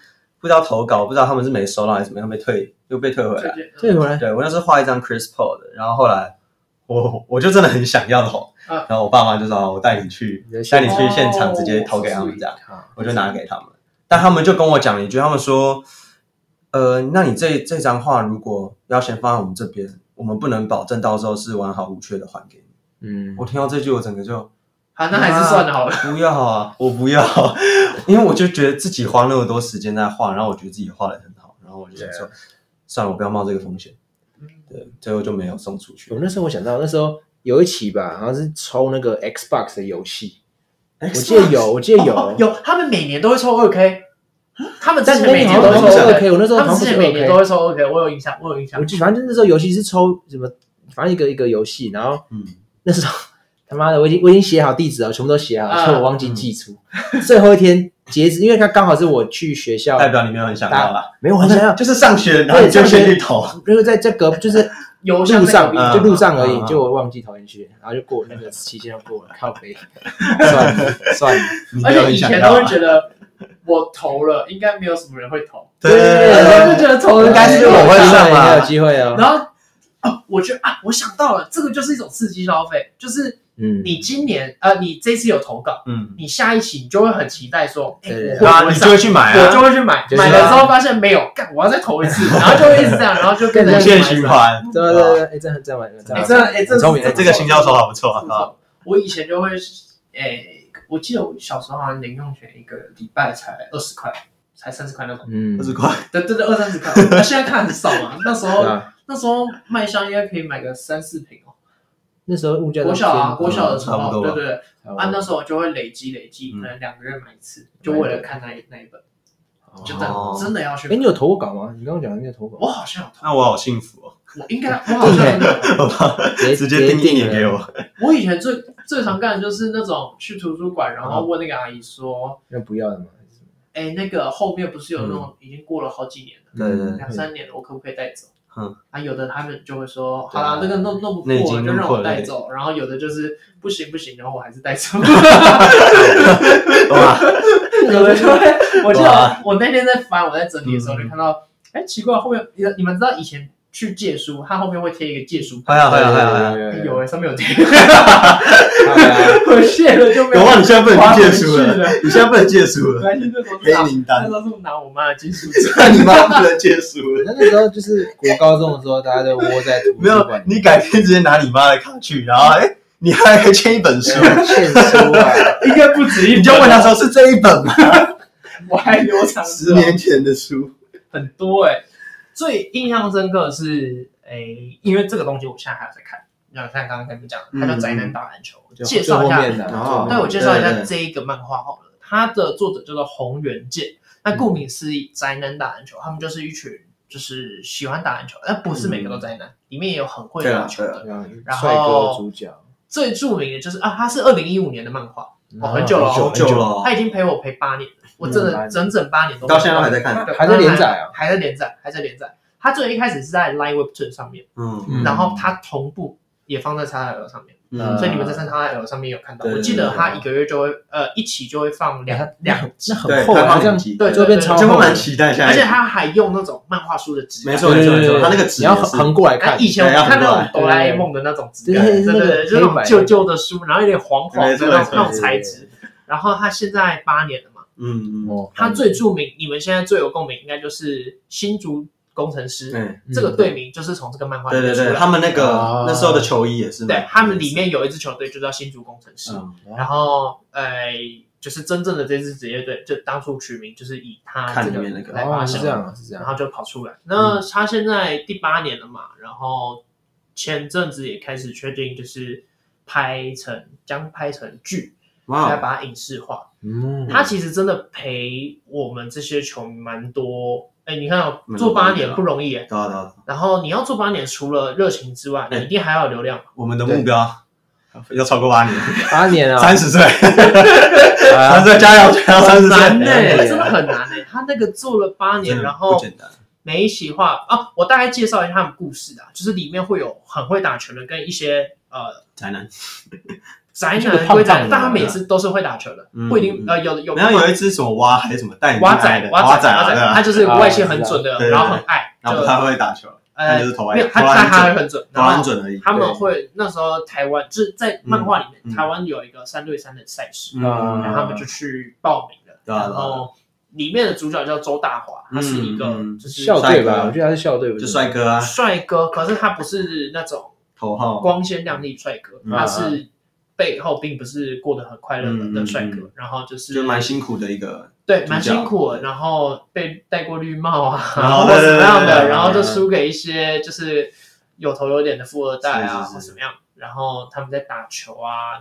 Speaker 3: 不知道投稿，不知道他们是没收到还是怎么样被退，又被退回来。
Speaker 1: 最
Speaker 2: 这
Speaker 1: 近
Speaker 2: 回来
Speaker 3: 对啊我那时候画一张 Chris Paul 的，然后后来我我就真的很想要投，
Speaker 1: 啊
Speaker 3: 然后我爸妈就说啊我带你去
Speaker 2: 你的现哦
Speaker 3: 带你去现场直接投给他们这样。我就拿给他们，但他们就跟我讲了一句，他们说，呃，那你这这张画如果要先放在我们这边，我们不能保证到时候是完好无缺的还给你。
Speaker 2: 嗯，
Speaker 3: 我听到这句，我整个就
Speaker 1: 好，啊那还是算了好了。
Speaker 3: 不要啊，我不要， 因为我就觉得自己花那么多时间在画，然后我觉得自己画的很好，然后我就想
Speaker 1: 啊
Speaker 3: 说，算了，我不要冒这个风险。
Speaker 1: 嗯
Speaker 3: 对，最后就没有送出去
Speaker 2: 我。那时候我想到那时候有一期吧，好像是抽那个 Xbox 的游戏，
Speaker 3: 我
Speaker 2: 我记得有，我记得 有，
Speaker 1: 哦有，他们每年都会抽二
Speaker 3: 啊
Speaker 1: k，他们之
Speaker 2: 但
Speaker 1: 前
Speaker 2: 那
Speaker 1: 每
Speaker 2: 你好
Speaker 1: 年
Speaker 2: 像
Speaker 1: 都
Speaker 2: 不
Speaker 1: 会
Speaker 2: 是
Speaker 1: 抽
Speaker 2: 2K，我那时候
Speaker 1: 他
Speaker 2: 好
Speaker 1: 们之
Speaker 2: 像不是
Speaker 1: 前每年都
Speaker 2: 2K，
Speaker 1: 会抽二 k，我有印象，我有印象
Speaker 2: 我。记反正那时候游戏是抽什么，反正一个一个游戏，然后
Speaker 3: 嗯，
Speaker 2: 那时候他妈的我已经我已经写好地址了，全部都写好
Speaker 1: 啊
Speaker 2: 了，所以我忘
Speaker 3: 嗯
Speaker 2: 记寄出，最后一天截止，因为他刚好是我去学校，
Speaker 3: 代表哦你没有很想要啦，
Speaker 2: 没有我很想要，
Speaker 3: 就是上学，然后你就先去投。
Speaker 2: 就是在这隔就是
Speaker 1: 邮箱
Speaker 2: 路
Speaker 1: 在隔
Speaker 2: 上
Speaker 1: 壁
Speaker 3: 嗯
Speaker 2: 就路上而
Speaker 3: 嗯嗯
Speaker 2: 已，就我忘记投进去，然后就过那个期限就过了，靠背，算了 算了。
Speaker 3: 你没
Speaker 1: 而
Speaker 3: 有
Speaker 1: 且
Speaker 3: 很
Speaker 1: 以
Speaker 3: 想
Speaker 1: 前
Speaker 3: 要
Speaker 1: 都会
Speaker 3: 啊
Speaker 1: 觉得我投了，应该没有什么人会投，但
Speaker 3: 对
Speaker 2: 对
Speaker 1: 是我就觉得投了
Speaker 3: 应该是我会上吧
Speaker 2: 有机会哦。
Speaker 1: 然后啊，我觉得啊，我想到了，这个就是一种刺激消费，就是
Speaker 2: 嗯，
Speaker 1: 你今年呃，你这次有投稿，
Speaker 3: 嗯，
Speaker 1: 你下一期你就会很期待说，哎，
Speaker 2: 对
Speaker 1: 我
Speaker 3: 对
Speaker 1: 会不
Speaker 3: 啊，
Speaker 1: 会
Speaker 3: 你就会
Speaker 1: 上？
Speaker 3: 去买啊，
Speaker 1: 我就会去买，
Speaker 2: 就是
Speaker 1: 买了之后发现没有，干，我要再投一 次，然后就会一直这样，然后就跟着
Speaker 3: 无
Speaker 1: 一直买
Speaker 3: 限循。环。
Speaker 2: 对对对，哎，这样这样玩，这
Speaker 1: 哎，
Speaker 2: 样
Speaker 1: 这哎，这
Speaker 2: 很聪明
Speaker 1: 这
Speaker 2: 这
Speaker 3: 这个行销手法不错
Speaker 1: 不
Speaker 3: 啊。
Speaker 1: 错我以前就会，哎，我记得我小时候好像零用钱一个礼拜才二十块，才三十块那种，
Speaker 2: 嗯
Speaker 3: 二，十块，
Speaker 1: 对对对，二三十块。那现在看很少嘛，那时
Speaker 2: 对
Speaker 1: 候
Speaker 2: 啊，
Speaker 1: 那时候卖香应该可以买个三四瓶哦。
Speaker 2: 那时候物价都
Speaker 1: 国小啊，
Speaker 2: 偏
Speaker 1: 国小的时
Speaker 3: 嗯差不
Speaker 1: 候，
Speaker 3: 多
Speaker 1: 对
Speaker 3: 吧
Speaker 1: 对对，
Speaker 2: 高
Speaker 1: 啊，那时候就会累积累积，
Speaker 3: 嗯
Speaker 1: 可能两个月买一次，就为了看那一那一本，就哦
Speaker 2: 哦
Speaker 1: 等真的要去
Speaker 2: 哎，
Speaker 1: 买。
Speaker 2: 你有投过稿吗？你刚刚讲的你有投
Speaker 1: 我
Speaker 2: 稿，
Speaker 1: 好像有投，
Speaker 3: 那我好幸福哦！
Speaker 1: 我 应该我好像有。
Speaker 3: 我爸直接订一年给我，
Speaker 1: 我以前最最常干的就是那种去图书馆，然后问那个阿姨说
Speaker 2: 那不要了嘛。：“
Speaker 1: 哎，那个后面不是有那种
Speaker 3: 嗯
Speaker 1: 已经过了好几年了，
Speaker 3: 对对对
Speaker 1: 两三年了，我可不可以带走？”
Speaker 3: 嗯，
Speaker 1: 啊，有的他们就会说：“好
Speaker 3: 对啊
Speaker 1: 啦，那个弄弄不
Speaker 3: 那已
Speaker 1: 过
Speaker 3: 经
Speaker 1: 就让
Speaker 3: 弄破
Speaker 1: 我
Speaker 3: 了
Speaker 1: 带走。”然后有的就是不行不行，然后我还是带 走。
Speaker 3: 哇，
Speaker 1: 有的就会， 我记得
Speaker 3: 哇
Speaker 1: 我那天在翻，我在整理的时候就看到，哎、奇怪，后面你们知道以前去借书，它后面会贴一个借书
Speaker 3: 会
Speaker 1: 牌，
Speaker 3: 啊会啊会啊会啊！
Speaker 1: 哎
Speaker 2: 有
Speaker 1: 有
Speaker 2: 有
Speaker 1: 哎、上面有贴，
Speaker 2: 有，
Speaker 1: 我谢了就没有
Speaker 3: 我忘啊你现在不能
Speaker 1: 还
Speaker 3: 借
Speaker 1: 回
Speaker 3: 书
Speaker 1: 去
Speaker 3: 了，
Speaker 1: 了。
Speaker 3: 你现在不能借书了，
Speaker 1: 关键那时候
Speaker 3: 黑
Speaker 1: 是拿，
Speaker 3: 名
Speaker 1: 那
Speaker 3: 单
Speaker 1: 时，候是拿我妈的金属纸，
Speaker 3: 你妈不能借书了。
Speaker 2: 那那时候就是国高中的时候，大家都窝在图
Speaker 3: 没
Speaker 2: 书
Speaker 3: 有
Speaker 2: 馆，，
Speaker 3: 你改天直接拿你妈的卡去，然后哎，你还可以签一本 书，
Speaker 2: 欠书啊，
Speaker 1: 应该不止一本，
Speaker 3: 你就问他说是这一本吗？
Speaker 1: 我还留长哦
Speaker 3: 十年前的书，
Speaker 1: 很多哎、最印象深刻的是哎、因为这个东西我现在还有在看，像像刚刚跟你讲，的，它叫
Speaker 3: 嗯
Speaker 1: 宅
Speaker 3: 嗯
Speaker 1: 男打篮球，
Speaker 2: 就
Speaker 1: 介
Speaker 2: 最
Speaker 1: 绍
Speaker 2: 后
Speaker 1: 一下
Speaker 2: 面的啊，
Speaker 3: 哦
Speaker 1: 那
Speaker 2: 对
Speaker 1: 我介绍一
Speaker 3: 对
Speaker 1: 下
Speaker 3: 对
Speaker 1: 这一个漫画好了，它的作者叫做洪元健。
Speaker 3: 嗯
Speaker 1: 那顾名思义，宅男打篮球，他们就是一群就是喜欢打篮球，但不是每个都宅男，里面也有很会打球
Speaker 3: 嗯对啊
Speaker 1: 的。然后
Speaker 2: 帅哥主角，
Speaker 1: 最著名的就是啊，它是二零一五年的漫画，哦很久了
Speaker 2: 很
Speaker 1: 哦
Speaker 2: 久
Speaker 3: 了
Speaker 1: 他已经陪我陪八年了。我真的
Speaker 2: 嗯
Speaker 1: 整整八年都
Speaker 3: 到现在都还在看
Speaker 1: 对
Speaker 2: 还在连载啊
Speaker 1: 还在连载，还在连载。它最一开始是在 Line Webtoon 上面，
Speaker 3: 嗯
Speaker 2: 嗯
Speaker 1: 然后它同步也放在 XL 上面，
Speaker 2: 嗯
Speaker 1: 所以你们在 XL 上面有看到。
Speaker 3: 啊对对
Speaker 1: 我记得
Speaker 3: 对
Speaker 1: 它
Speaker 3: 对
Speaker 1: 一个月就会呃一期就会放两 两集
Speaker 2: 那，很
Speaker 3: 对，
Speaker 2: 厚
Speaker 3: 开
Speaker 2: 啊，
Speaker 3: 放
Speaker 2: 这样
Speaker 3: 两集，
Speaker 1: 对
Speaker 2: 就会变超
Speaker 3: 就会
Speaker 2: 厚的。
Speaker 3: 蛮嗯期待下
Speaker 1: 而
Speaker 3: 一集
Speaker 1: 且。它还用那种漫画书的质感
Speaker 3: 没。错没错没错，
Speaker 2: 对
Speaker 3: 他那个纸
Speaker 2: 你要
Speaker 3: 也
Speaker 2: 横
Speaker 3: 是，
Speaker 2: 横过来
Speaker 1: 那
Speaker 2: 看，
Speaker 1: 以前我看那种
Speaker 2: 对
Speaker 1: 哆啦 A 梦的那种质感，
Speaker 2: 对
Speaker 1: 对
Speaker 2: 对
Speaker 1: 对对，就是那
Speaker 2: 黑
Speaker 1: 种
Speaker 2: 白
Speaker 1: 旧旧的书，然后有点黄黄
Speaker 3: 没
Speaker 1: 的
Speaker 3: 错
Speaker 1: 那种
Speaker 3: 没错
Speaker 1: 那种材质。然后它现在八年了嘛，
Speaker 3: 嗯嗯，
Speaker 2: 哦，
Speaker 1: 它最著名，你们现在最有共鸣应该就是新竹工程师。
Speaker 3: 对
Speaker 1: 这个队名就是从这个漫画里
Speaker 3: 嗯哎对
Speaker 1: 面
Speaker 3: 对
Speaker 1: 出来
Speaker 3: 对，
Speaker 1: 的。
Speaker 3: 他们那个
Speaker 2: 啊
Speaker 3: 那时候的球衣也是嗯蛮，
Speaker 1: 对他们里面有一支球队就叫新竹工程师，
Speaker 3: 嗯
Speaker 1: 然后呃，就是真正的这支职业队，就当初取名就是以他
Speaker 3: 看
Speaker 1: 这
Speaker 3: 里
Speaker 1: 个
Speaker 3: 面那个
Speaker 1: 来
Speaker 2: 哦
Speaker 1: 发
Speaker 2: 是
Speaker 1: 想
Speaker 2: 这，样啊，是这
Speaker 1: 然
Speaker 2: 样。
Speaker 1: 后就跑出来。
Speaker 3: 嗯
Speaker 1: 那他现在第八年了嘛，然后前阵子也开始确定就是拍成将拍成剧，来
Speaker 3: 哇，哦
Speaker 1: 把它影视化。
Speaker 2: 嗯，
Speaker 1: 他其实真的陪我们这些球迷蛮多。哎，你看哦
Speaker 3: 蛮多
Speaker 1: 做八
Speaker 3: 东西的
Speaker 1: 年
Speaker 3: 啊
Speaker 1: 不容易哎，
Speaker 3: 对啊对啊，
Speaker 1: 然后你要做八年，除了热情之外，
Speaker 3: 哎
Speaker 1: 你一定还要有流量。
Speaker 3: 我们的目标要超过八年，
Speaker 2: 八年啊，
Speaker 3: 三十岁，
Speaker 2: 啊
Speaker 3: 三十岁加油加油，三
Speaker 1: 很
Speaker 3: 十岁
Speaker 1: 难呢、
Speaker 2: 哎
Speaker 1: 真的很难呢、他那个做了八
Speaker 3: 真
Speaker 1: 年，
Speaker 3: 的
Speaker 1: 然
Speaker 3: 不
Speaker 1: 后
Speaker 3: 简单，
Speaker 1: 每一席话啊，我大概介绍一下他们故事啊，就是里面会有很会打球的跟一些呃
Speaker 3: 宅男，
Speaker 1: 宅
Speaker 2: 就是
Speaker 1: 男
Speaker 2: 胖
Speaker 1: 归宅
Speaker 2: 胖的
Speaker 1: 男，但他们也是都是会打球的，
Speaker 3: 嗯
Speaker 1: 不一定呃有有
Speaker 3: 然后有一只什么蛙还是什么带你
Speaker 1: 蛙
Speaker 3: 进来
Speaker 1: 仔
Speaker 3: 的蛙
Speaker 1: 蛙
Speaker 3: 仔
Speaker 1: 仔
Speaker 3: 啊，
Speaker 1: 蛙
Speaker 3: 对
Speaker 1: 仔，他
Speaker 3: 啊，
Speaker 1: 就是外线
Speaker 2: 啊
Speaker 1: 很准的，
Speaker 3: 对对对
Speaker 1: 然后很爱，
Speaker 3: 然后
Speaker 1: 就
Speaker 3: 不太会打球，他
Speaker 1: 呃
Speaker 3: 就是投篮
Speaker 1: 没有，他
Speaker 3: 投篮
Speaker 1: 但
Speaker 3: 很准
Speaker 1: 他还很准，
Speaker 3: 投
Speaker 1: 然后
Speaker 3: 篮准而已，
Speaker 1: 他们
Speaker 3: 对
Speaker 1: 会那时候台湾就是在漫画里面，
Speaker 3: 嗯嗯
Speaker 1: 台湾有一个三对三的赛事，
Speaker 3: 嗯
Speaker 1: 然后呃他们就去报名了。
Speaker 3: 对啊对啊
Speaker 1: 然后里面的主角叫周大华，他是一个
Speaker 3: 嗯嗯
Speaker 1: 就是
Speaker 2: 校队
Speaker 3: 帅
Speaker 2: 吧，
Speaker 3: 哥
Speaker 2: 我觉得他是校队，不是
Speaker 3: 就帅哥啊，
Speaker 1: 啊帅哥，可是他不是那种
Speaker 3: 头号，
Speaker 1: 光鲜亮丽帅哥，
Speaker 3: 嗯
Speaker 1: 他是背后并不是过得很快乐的的帅哥，然后就是
Speaker 3: 嗯就蛮辛苦的一个，
Speaker 1: 对
Speaker 3: 角
Speaker 1: 蛮辛苦的，然后被戴过绿帽啊，
Speaker 3: 然后
Speaker 1: 或者怎么样
Speaker 3: 对对对
Speaker 1: 的，
Speaker 3: 对嗯
Speaker 1: 然后就输给一些就是有头有脸的富二代啊，
Speaker 3: 是是是
Speaker 1: 或怎么样，然后他们在打球啊，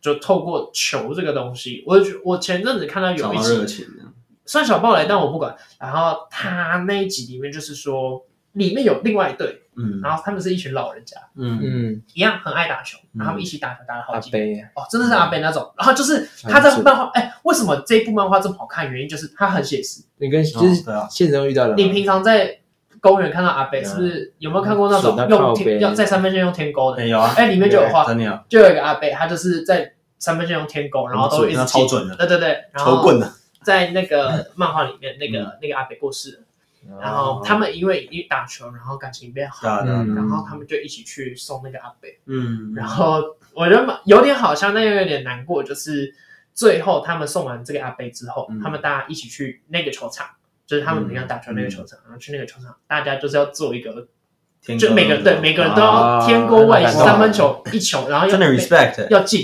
Speaker 1: 就透过球这个东西，我就觉我前阵子看到有
Speaker 3: 找
Speaker 1: 一
Speaker 3: 到
Speaker 1: 集
Speaker 3: 热情的，
Speaker 1: 算小暴雷，但我不管。然后他那一集里面就是说，里面有另外一队，
Speaker 3: 嗯
Speaker 1: 然后他们是一群老人家，
Speaker 3: 嗯
Speaker 2: 嗯，
Speaker 1: 一样很爱打球，然后他们
Speaker 3: 嗯
Speaker 1: 一起打球打了好
Speaker 2: 阿
Speaker 1: 几
Speaker 2: 贝，
Speaker 1: 哦，真的是阿贝那种。然后就是他在
Speaker 2: 是
Speaker 1: 漫画，哎，为什么这一部漫画这么好看？原因就是他很写实。
Speaker 2: 你跟就是
Speaker 3: 对啊
Speaker 2: 现实中遇到的嘛，
Speaker 1: 你平常在公园看到阿贝，
Speaker 2: 嗯
Speaker 1: 是不是有没有看过那种
Speaker 2: 手拿靠
Speaker 1: 用
Speaker 2: 背
Speaker 1: 天要在三分线用天勾的？
Speaker 3: 哎有啊，
Speaker 1: 哎，里面就有画，
Speaker 3: 真的有，
Speaker 1: 就有一个阿贝，他就是在三分线用天勾，然后都一直
Speaker 3: 那超准的
Speaker 1: 对对对，然
Speaker 3: 球
Speaker 1: 后
Speaker 3: 棍啊的，
Speaker 1: 在那个漫画里面，那个那个阿贝过世了，
Speaker 2: 哦
Speaker 1: 然后他们因为一打球，然后感情变
Speaker 3: 对
Speaker 1: 好，
Speaker 3: 啊对啊，
Speaker 2: 嗯
Speaker 1: 然后他们就一起去送那个阿贝。
Speaker 3: 嗯，
Speaker 1: 然后我觉得蛮有点好笑，但又有点难过，就是最后他们送完这个阿贝之后，
Speaker 3: 嗯
Speaker 1: 他们大家一起去那个球场，就是他们平常打球那个
Speaker 3: 嗯
Speaker 1: 球场，然后去那个球场，大家就是要做一个，
Speaker 3: 天
Speaker 1: 就
Speaker 3: 哥
Speaker 1: 每个人对每个人都
Speaker 2: 啊
Speaker 1: 要天勾外
Speaker 2: 那
Speaker 3: 感动
Speaker 1: 三分球一球，然后要
Speaker 3: 真的 respect，
Speaker 1: 要 进，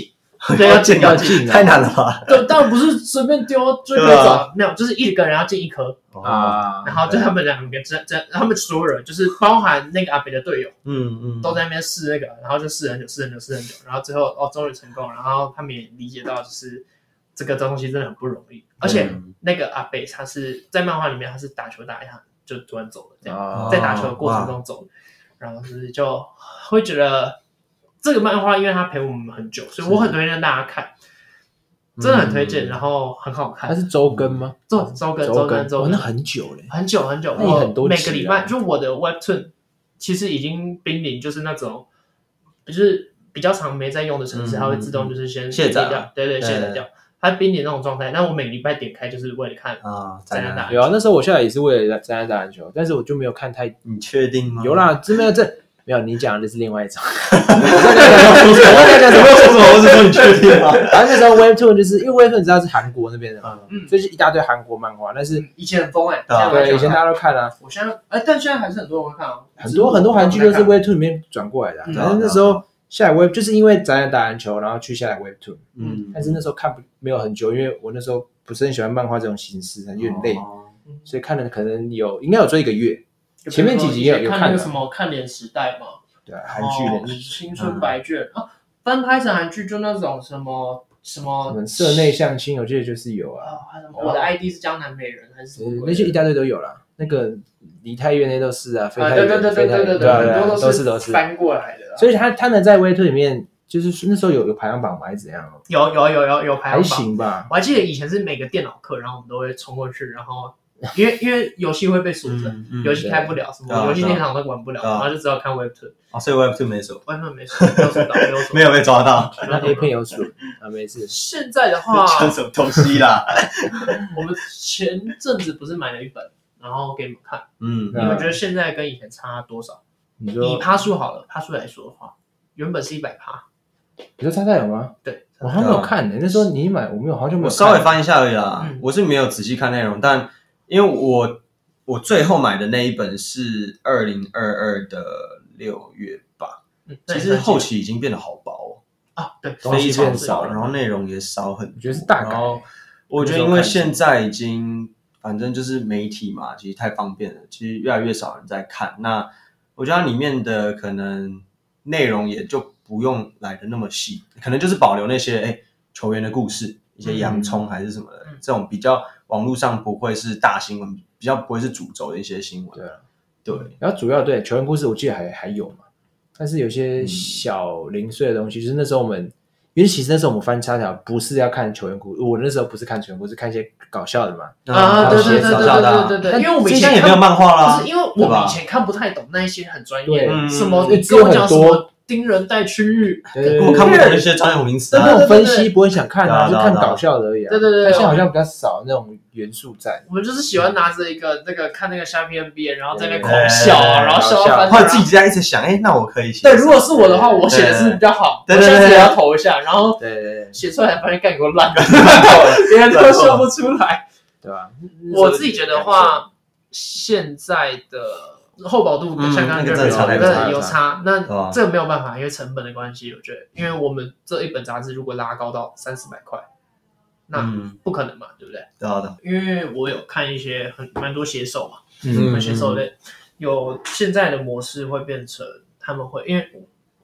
Speaker 1: 对，要进
Speaker 2: 要
Speaker 1: 要进。
Speaker 2: 进啊
Speaker 3: 太难了吧？
Speaker 1: 对，当然不是随便丢就可以
Speaker 3: 对啊
Speaker 1: 走，没有，就是一个人要进一颗，
Speaker 3: 哦
Speaker 2: 啊，
Speaker 1: 然后就他们两个，这这他们所有人，就是包含那个阿北的队友，
Speaker 3: 嗯嗯，
Speaker 1: 都在那边试那个，然后就试很久，试很久，试很久，然后最后哦，终于成功了，然后他们也理解到，就是这个东西真的很不容易，而且
Speaker 3: 嗯
Speaker 1: 那个阿贝他是在漫画里面，他是打球打一下就突然走了，这样、
Speaker 3: 哦
Speaker 2: 啊
Speaker 1: 在打球的过程中走了，然后就是就会觉得这个漫画，因为它陪我们很久，所以我很推荐大家看，真的很推荐，
Speaker 3: 嗯
Speaker 1: 然后很好看
Speaker 2: 他，是周更吗？
Speaker 1: 周周更周
Speaker 2: 周
Speaker 1: 更周
Speaker 2: 哇
Speaker 1: 更，
Speaker 2: 那很久嘞，
Speaker 1: 很久很久，
Speaker 2: 那也
Speaker 1: 我
Speaker 2: 很多集
Speaker 1: 每
Speaker 2: 啊
Speaker 1: 个礼拜，就我的 Webtoon 其实已经濒临就是那种，就是比较常没在用的程式，
Speaker 3: 嗯
Speaker 1: 它会自动就是先
Speaker 3: 卸载啊
Speaker 1: 掉，对对，
Speaker 3: 对
Speaker 1: 卸载掉，它濒临那种状态。但我每个礼拜点开就是为了看，
Speaker 3: 啊，
Speaker 1: 宅
Speaker 3: 宅
Speaker 1: 男
Speaker 3: 男，
Speaker 1: 打
Speaker 2: 有啊，那时候我下来也是为了参加打篮球，但是我就没有看太
Speaker 3: 你确定吗？
Speaker 2: 有， 啦，这没有这没有，你讲的是另外一 种。
Speaker 3: 我在讲什么？我在讲什么？我是说你确定吗？
Speaker 2: 然后那时候 Webtoon 就是因为 Webtoon 你知道是韩国那边的嘛，
Speaker 3: 嗯，
Speaker 1: 嗯，
Speaker 2: 所以是一大堆韩国漫画，但是
Speaker 1: 以前很疯哎，
Speaker 3: 对啊
Speaker 1: 现在完全
Speaker 2: 对以前
Speaker 1: 不
Speaker 2: 大
Speaker 1: 看
Speaker 2: 家都看啊，
Speaker 1: 我现在哎，但现在还是很多人会看啊，
Speaker 2: 很多很多韩剧都是
Speaker 1: 为
Speaker 2: Webtoon 里面转过来的啊。
Speaker 1: 嗯
Speaker 2: 反正那时候下来 Web 就是因为宅男打篮球，然后去下来 Webtoon，
Speaker 3: 嗯，
Speaker 2: 但是那时候看不没有很久，因为我那时候不是很喜欢漫画这种形式，有点累，
Speaker 3: 哦
Speaker 2: 所以看了可能有应该有追一个月。前面几集也有有
Speaker 1: 看
Speaker 2: 看
Speaker 1: 那
Speaker 2: 的
Speaker 1: 个什么看脸时代嘛，
Speaker 2: 对啊，韩剧的嗯
Speaker 1: 哦青春白卷啊，翻拍成韩剧就那种什么什
Speaker 2: 什
Speaker 1: 么
Speaker 2: 么社内相亲，我记得就是有啊，
Speaker 1: 啊，还有什么我的 ID 是江南美人还是什
Speaker 2: 呃
Speaker 1: 么鬼的？
Speaker 2: 那些一大堆都有啦。那个梨泰院那都是啊，飞
Speaker 1: 啊，
Speaker 2: 太
Speaker 1: 对
Speaker 2: 院、
Speaker 1: 对对
Speaker 2: 飞
Speaker 1: 对
Speaker 2: 太
Speaker 1: 对
Speaker 2: 院
Speaker 1: 对
Speaker 2: 对啊对啊
Speaker 1: 很多
Speaker 2: 都
Speaker 1: 是
Speaker 2: 都是。
Speaker 1: 翻过来的啦。
Speaker 2: 所以他他能在微推里面就是那时候有有排行榜吗？还是怎样？
Speaker 1: 有有有有有排
Speaker 2: 还
Speaker 1: 行榜。
Speaker 2: 行吧。
Speaker 1: 我还记得以前是每个电脑课，然后我们都会冲过去，然后因为因为游戏会被锁着，
Speaker 3: 嗯嗯
Speaker 1: 游戏开不了，什
Speaker 3: 对啊
Speaker 1: 么游戏电脑都玩不了，
Speaker 3: 对啊
Speaker 1: 然后就只好看 Webtoon，Webtoon
Speaker 3: 哦，所以 Web Two 没锁，
Speaker 1: 没锁，没有锁到，没有锁，
Speaker 3: 没有被抓到，
Speaker 2: 那 A 片有数啊，没事。
Speaker 1: 现在的 话，
Speaker 3: 穿什么东西啦？
Speaker 1: 我们前阵子不是买了一本，然后给你们看，
Speaker 3: 嗯，
Speaker 1: 你们觉得现在跟以前差多少？
Speaker 2: 你
Speaker 1: 以
Speaker 2: 说
Speaker 1: 趴数好了，趴数来说的话，原本是一百趴，
Speaker 2: 你说叉叉有吗？
Speaker 1: 对，
Speaker 2: 我好像没有看呢、那时候你一买，我没有，好久没有
Speaker 3: 我
Speaker 2: 看。
Speaker 3: 稍微翻一下而已啦，
Speaker 1: 嗯
Speaker 3: 我是没有仔细看内容，但因为我我最后买的那一本是二零二二的六月吧，
Speaker 1: 嗯
Speaker 3: 其实后
Speaker 1: 期
Speaker 3: 期已经变得好薄
Speaker 1: 啊，对，
Speaker 3: 哦，
Speaker 2: 东西
Speaker 3: 非常
Speaker 2: 变少
Speaker 3: 薄，
Speaker 2: 了
Speaker 3: 然后内容也少很多，哦
Speaker 2: 我觉得是大改
Speaker 3: 然后我觉得因为现在已经反正就是媒体嘛，其实太方便了，其实越来越少人在看。那我觉得它里面的可能内容也就不用来的那么细，可能就是保留那些哎球员的故事，一些洋葱还是什么的、
Speaker 1: 嗯
Speaker 3: 这种比较网络上不会是大新闻，比较不会是主轴的一些新闻。
Speaker 2: 对啊
Speaker 3: 对，
Speaker 2: 然后主要对球员故事，我记得还还有嘛，但是有些小零碎的东西，就是那时候我们，因为其实那时候我们翻插条不是要看球员故事，我那时候不是看球员故事，看一些搞笑的嘛。
Speaker 1: 啊，对对
Speaker 2: 嗯
Speaker 1: 对对对对对对，
Speaker 2: 但
Speaker 1: 因为我们以
Speaker 3: 现
Speaker 1: 前
Speaker 3: 在也没有漫画啦
Speaker 1: 不是，因为我们以前看不太懂那一些很专业
Speaker 2: 对
Speaker 1: 的，
Speaker 3: 嗯
Speaker 1: 什么
Speaker 2: 嗯
Speaker 1: 你跟我讲
Speaker 2: 只
Speaker 1: 什
Speaker 2: 有很多
Speaker 1: 么盯人带区域，
Speaker 2: 对对对
Speaker 3: 我
Speaker 2: 对
Speaker 3: 们看不懂一些专有名词
Speaker 2: 但那
Speaker 3: 啊。
Speaker 2: 种分析不会想看啊，
Speaker 3: 对
Speaker 2: 就
Speaker 3: 啊
Speaker 2: 看
Speaker 3: 对啊
Speaker 2: 搞笑的而已啊。
Speaker 1: 对对对对
Speaker 2: 但现在好像比较少那种元素在。
Speaker 1: 我们就是喜欢拿着一个那个看那个虾片 B，然后在那边
Speaker 2: 对
Speaker 1: 狂笑啊，
Speaker 3: 对
Speaker 1: 然后笑到翻
Speaker 3: 后
Speaker 1: 船
Speaker 3: 来
Speaker 1: 啊。
Speaker 3: 哎自己在一直想，哎，那我可以写
Speaker 1: 对，
Speaker 3: 什么。
Speaker 1: 如果是我的话，我写的是比较好，
Speaker 3: 对对对
Speaker 1: 我
Speaker 3: 对
Speaker 1: 下次也要投一下，然后
Speaker 2: 对对对
Speaker 1: 写出来发现干给我 烂透了， 别人都笑不出来。
Speaker 2: 对吧？
Speaker 1: 我自己觉得话，现在的厚薄度跟像刚刚
Speaker 3: 嗯那
Speaker 1: Jeremy
Speaker 3: 个真的
Speaker 1: 讲
Speaker 3: 差
Speaker 1: 的
Speaker 3: 有
Speaker 1: 那
Speaker 3: 差
Speaker 1: 有
Speaker 3: 有
Speaker 1: 差，那
Speaker 3: 吧
Speaker 1: 这个没有办法，因为成本的关系，我觉得，因为我们这一本杂志如果拉高到三四百块，那
Speaker 3: 嗯，
Speaker 1: 不可能嘛，对不对？
Speaker 3: 对啊对啊，
Speaker 1: 因为我有看一些很蛮多写手嘛，
Speaker 2: 嗯，
Speaker 1: 写手类有现在的模式会变成他们会因为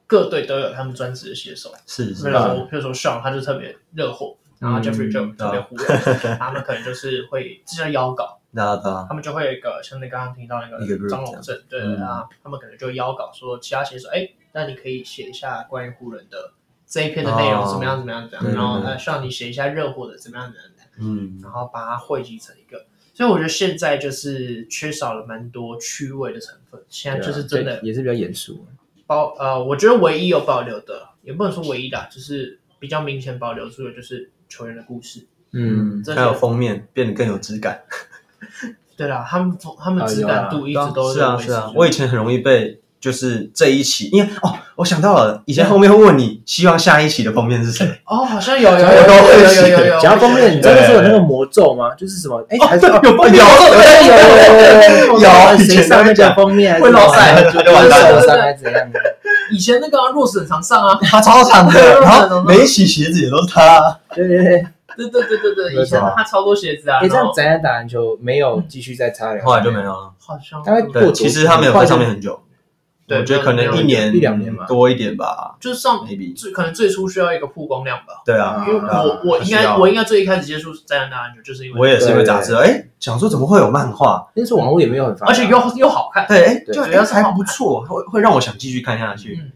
Speaker 1: 各队都有他们专职的写手，
Speaker 3: 是是啊
Speaker 1: 比
Speaker 3: 嗯
Speaker 1: 如说，比如说 Sean，他就特别热火，然后 Jeffrey 就
Speaker 3: 啊
Speaker 1: 特别火，他们可能就是会这叫邀稿，
Speaker 3: 对啊对啊，
Speaker 1: 他们就会有一个像你刚刚听到那
Speaker 3: 一个
Speaker 1: 个
Speaker 3: group
Speaker 1: 张龙正，对
Speaker 3: 嗯
Speaker 1: 啊，他们可能就邀稿说其他写手，哎，那你可以写一下关于湖人的这一篇的内容
Speaker 3: 哦
Speaker 1: 怎么样怎么样怎么
Speaker 3: 对
Speaker 1: 样，
Speaker 3: 对
Speaker 1: 然后
Speaker 3: 对
Speaker 1: 呃，像你写一下热火的怎么样怎么样，怎么样
Speaker 3: 嗯，
Speaker 1: 然后把它汇集成一个。所以我觉得现在就是缺少了蛮多趣味的成分，现在就是
Speaker 3: 啊
Speaker 1: 真的
Speaker 2: 对也是比较严肃。
Speaker 1: 保呃，我觉得唯一有保留的，也不能说唯一的啊，就是比较明显保留住的就是球员的故事。
Speaker 2: 嗯，
Speaker 1: 这些
Speaker 3: 还有封面变得更有质感。
Speaker 1: 对啦，他们他们
Speaker 2: 啊
Speaker 1: 质
Speaker 2: 有啊
Speaker 1: 感度一直都
Speaker 3: 是啊
Speaker 1: 认为
Speaker 3: 是啊，
Speaker 1: 就
Speaker 3: 我以前很容易被就是这一期，因为哦，我想到了，以前后面会问你希望下一期的封面是谁，
Speaker 1: 哦，好像有有有有
Speaker 3: 我都会
Speaker 1: 有有
Speaker 3: 写
Speaker 1: 有有有，
Speaker 2: 讲到封面，你知道
Speaker 3: 对
Speaker 2: 那时候有那个魔咒吗？就是什么？哎，还是
Speaker 3: 有封面
Speaker 2: 有
Speaker 3: 对
Speaker 2: 有有
Speaker 3: 有以
Speaker 2: 谁
Speaker 3: 前
Speaker 2: 上那
Speaker 3: 都
Speaker 2: 个
Speaker 3: 讲
Speaker 2: 封面还是
Speaker 3: 会落
Speaker 2: 什么
Speaker 3: 赛
Speaker 2: 就
Speaker 3: 就完蛋
Speaker 1: 了
Speaker 2: 手上还是怎样的？
Speaker 1: 以前那个啊若是很常上啊，
Speaker 3: 他超长的，
Speaker 1: 对
Speaker 3: 然后每一期鞋子也都是他，
Speaker 2: 对对对，
Speaker 1: 对对对对对，以前他超多鞋子啊，
Speaker 2: 哎，这
Speaker 1: 然
Speaker 2: 样
Speaker 1: 后
Speaker 2: 咱俩打篮球没有继续再插聊，
Speaker 3: 后来就没有了。
Speaker 1: 好像
Speaker 2: 大概
Speaker 1: 对
Speaker 2: 过
Speaker 3: 对，
Speaker 2: 多久
Speaker 3: 其实他没有在上面很久，
Speaker 1: 对
Speaker 3: 我觉得可能一年
Speaker 2: 一两年吧
Speaker 3: 多一点吧
Speaker 1: 就是上
Speaker 3: ，maybe。
Speaker 1: 最可能最初需要一个曝光量吧，
Speaker 3: 对啊，
Speaker 1: 因为
Speaker 2: 啊
Speaker 1: 我我应
Speaker 3: 不需
Speaker 1: 该
Speaker 3: 要
Speaker 1: 我应该最一开始接触在那篮球就是因为
Speaker 3: 我也是因为杂志，哎，想说怎么会有漫画？
Speaker 2: 那时候网络也没有很发达，
Speaker 1: 而且又又好看，
Speaker 3: 对，哎，
Speaker 2: 对
Speaker 3: 就
Speaker 1: 主要
Speaker 3: 哎
Speaker 1: 是
Speaker 3: 还
Speaker 1: 好看
Speaker 3: 不错，会会让我想继续看下去。
Speaker 1: 嗯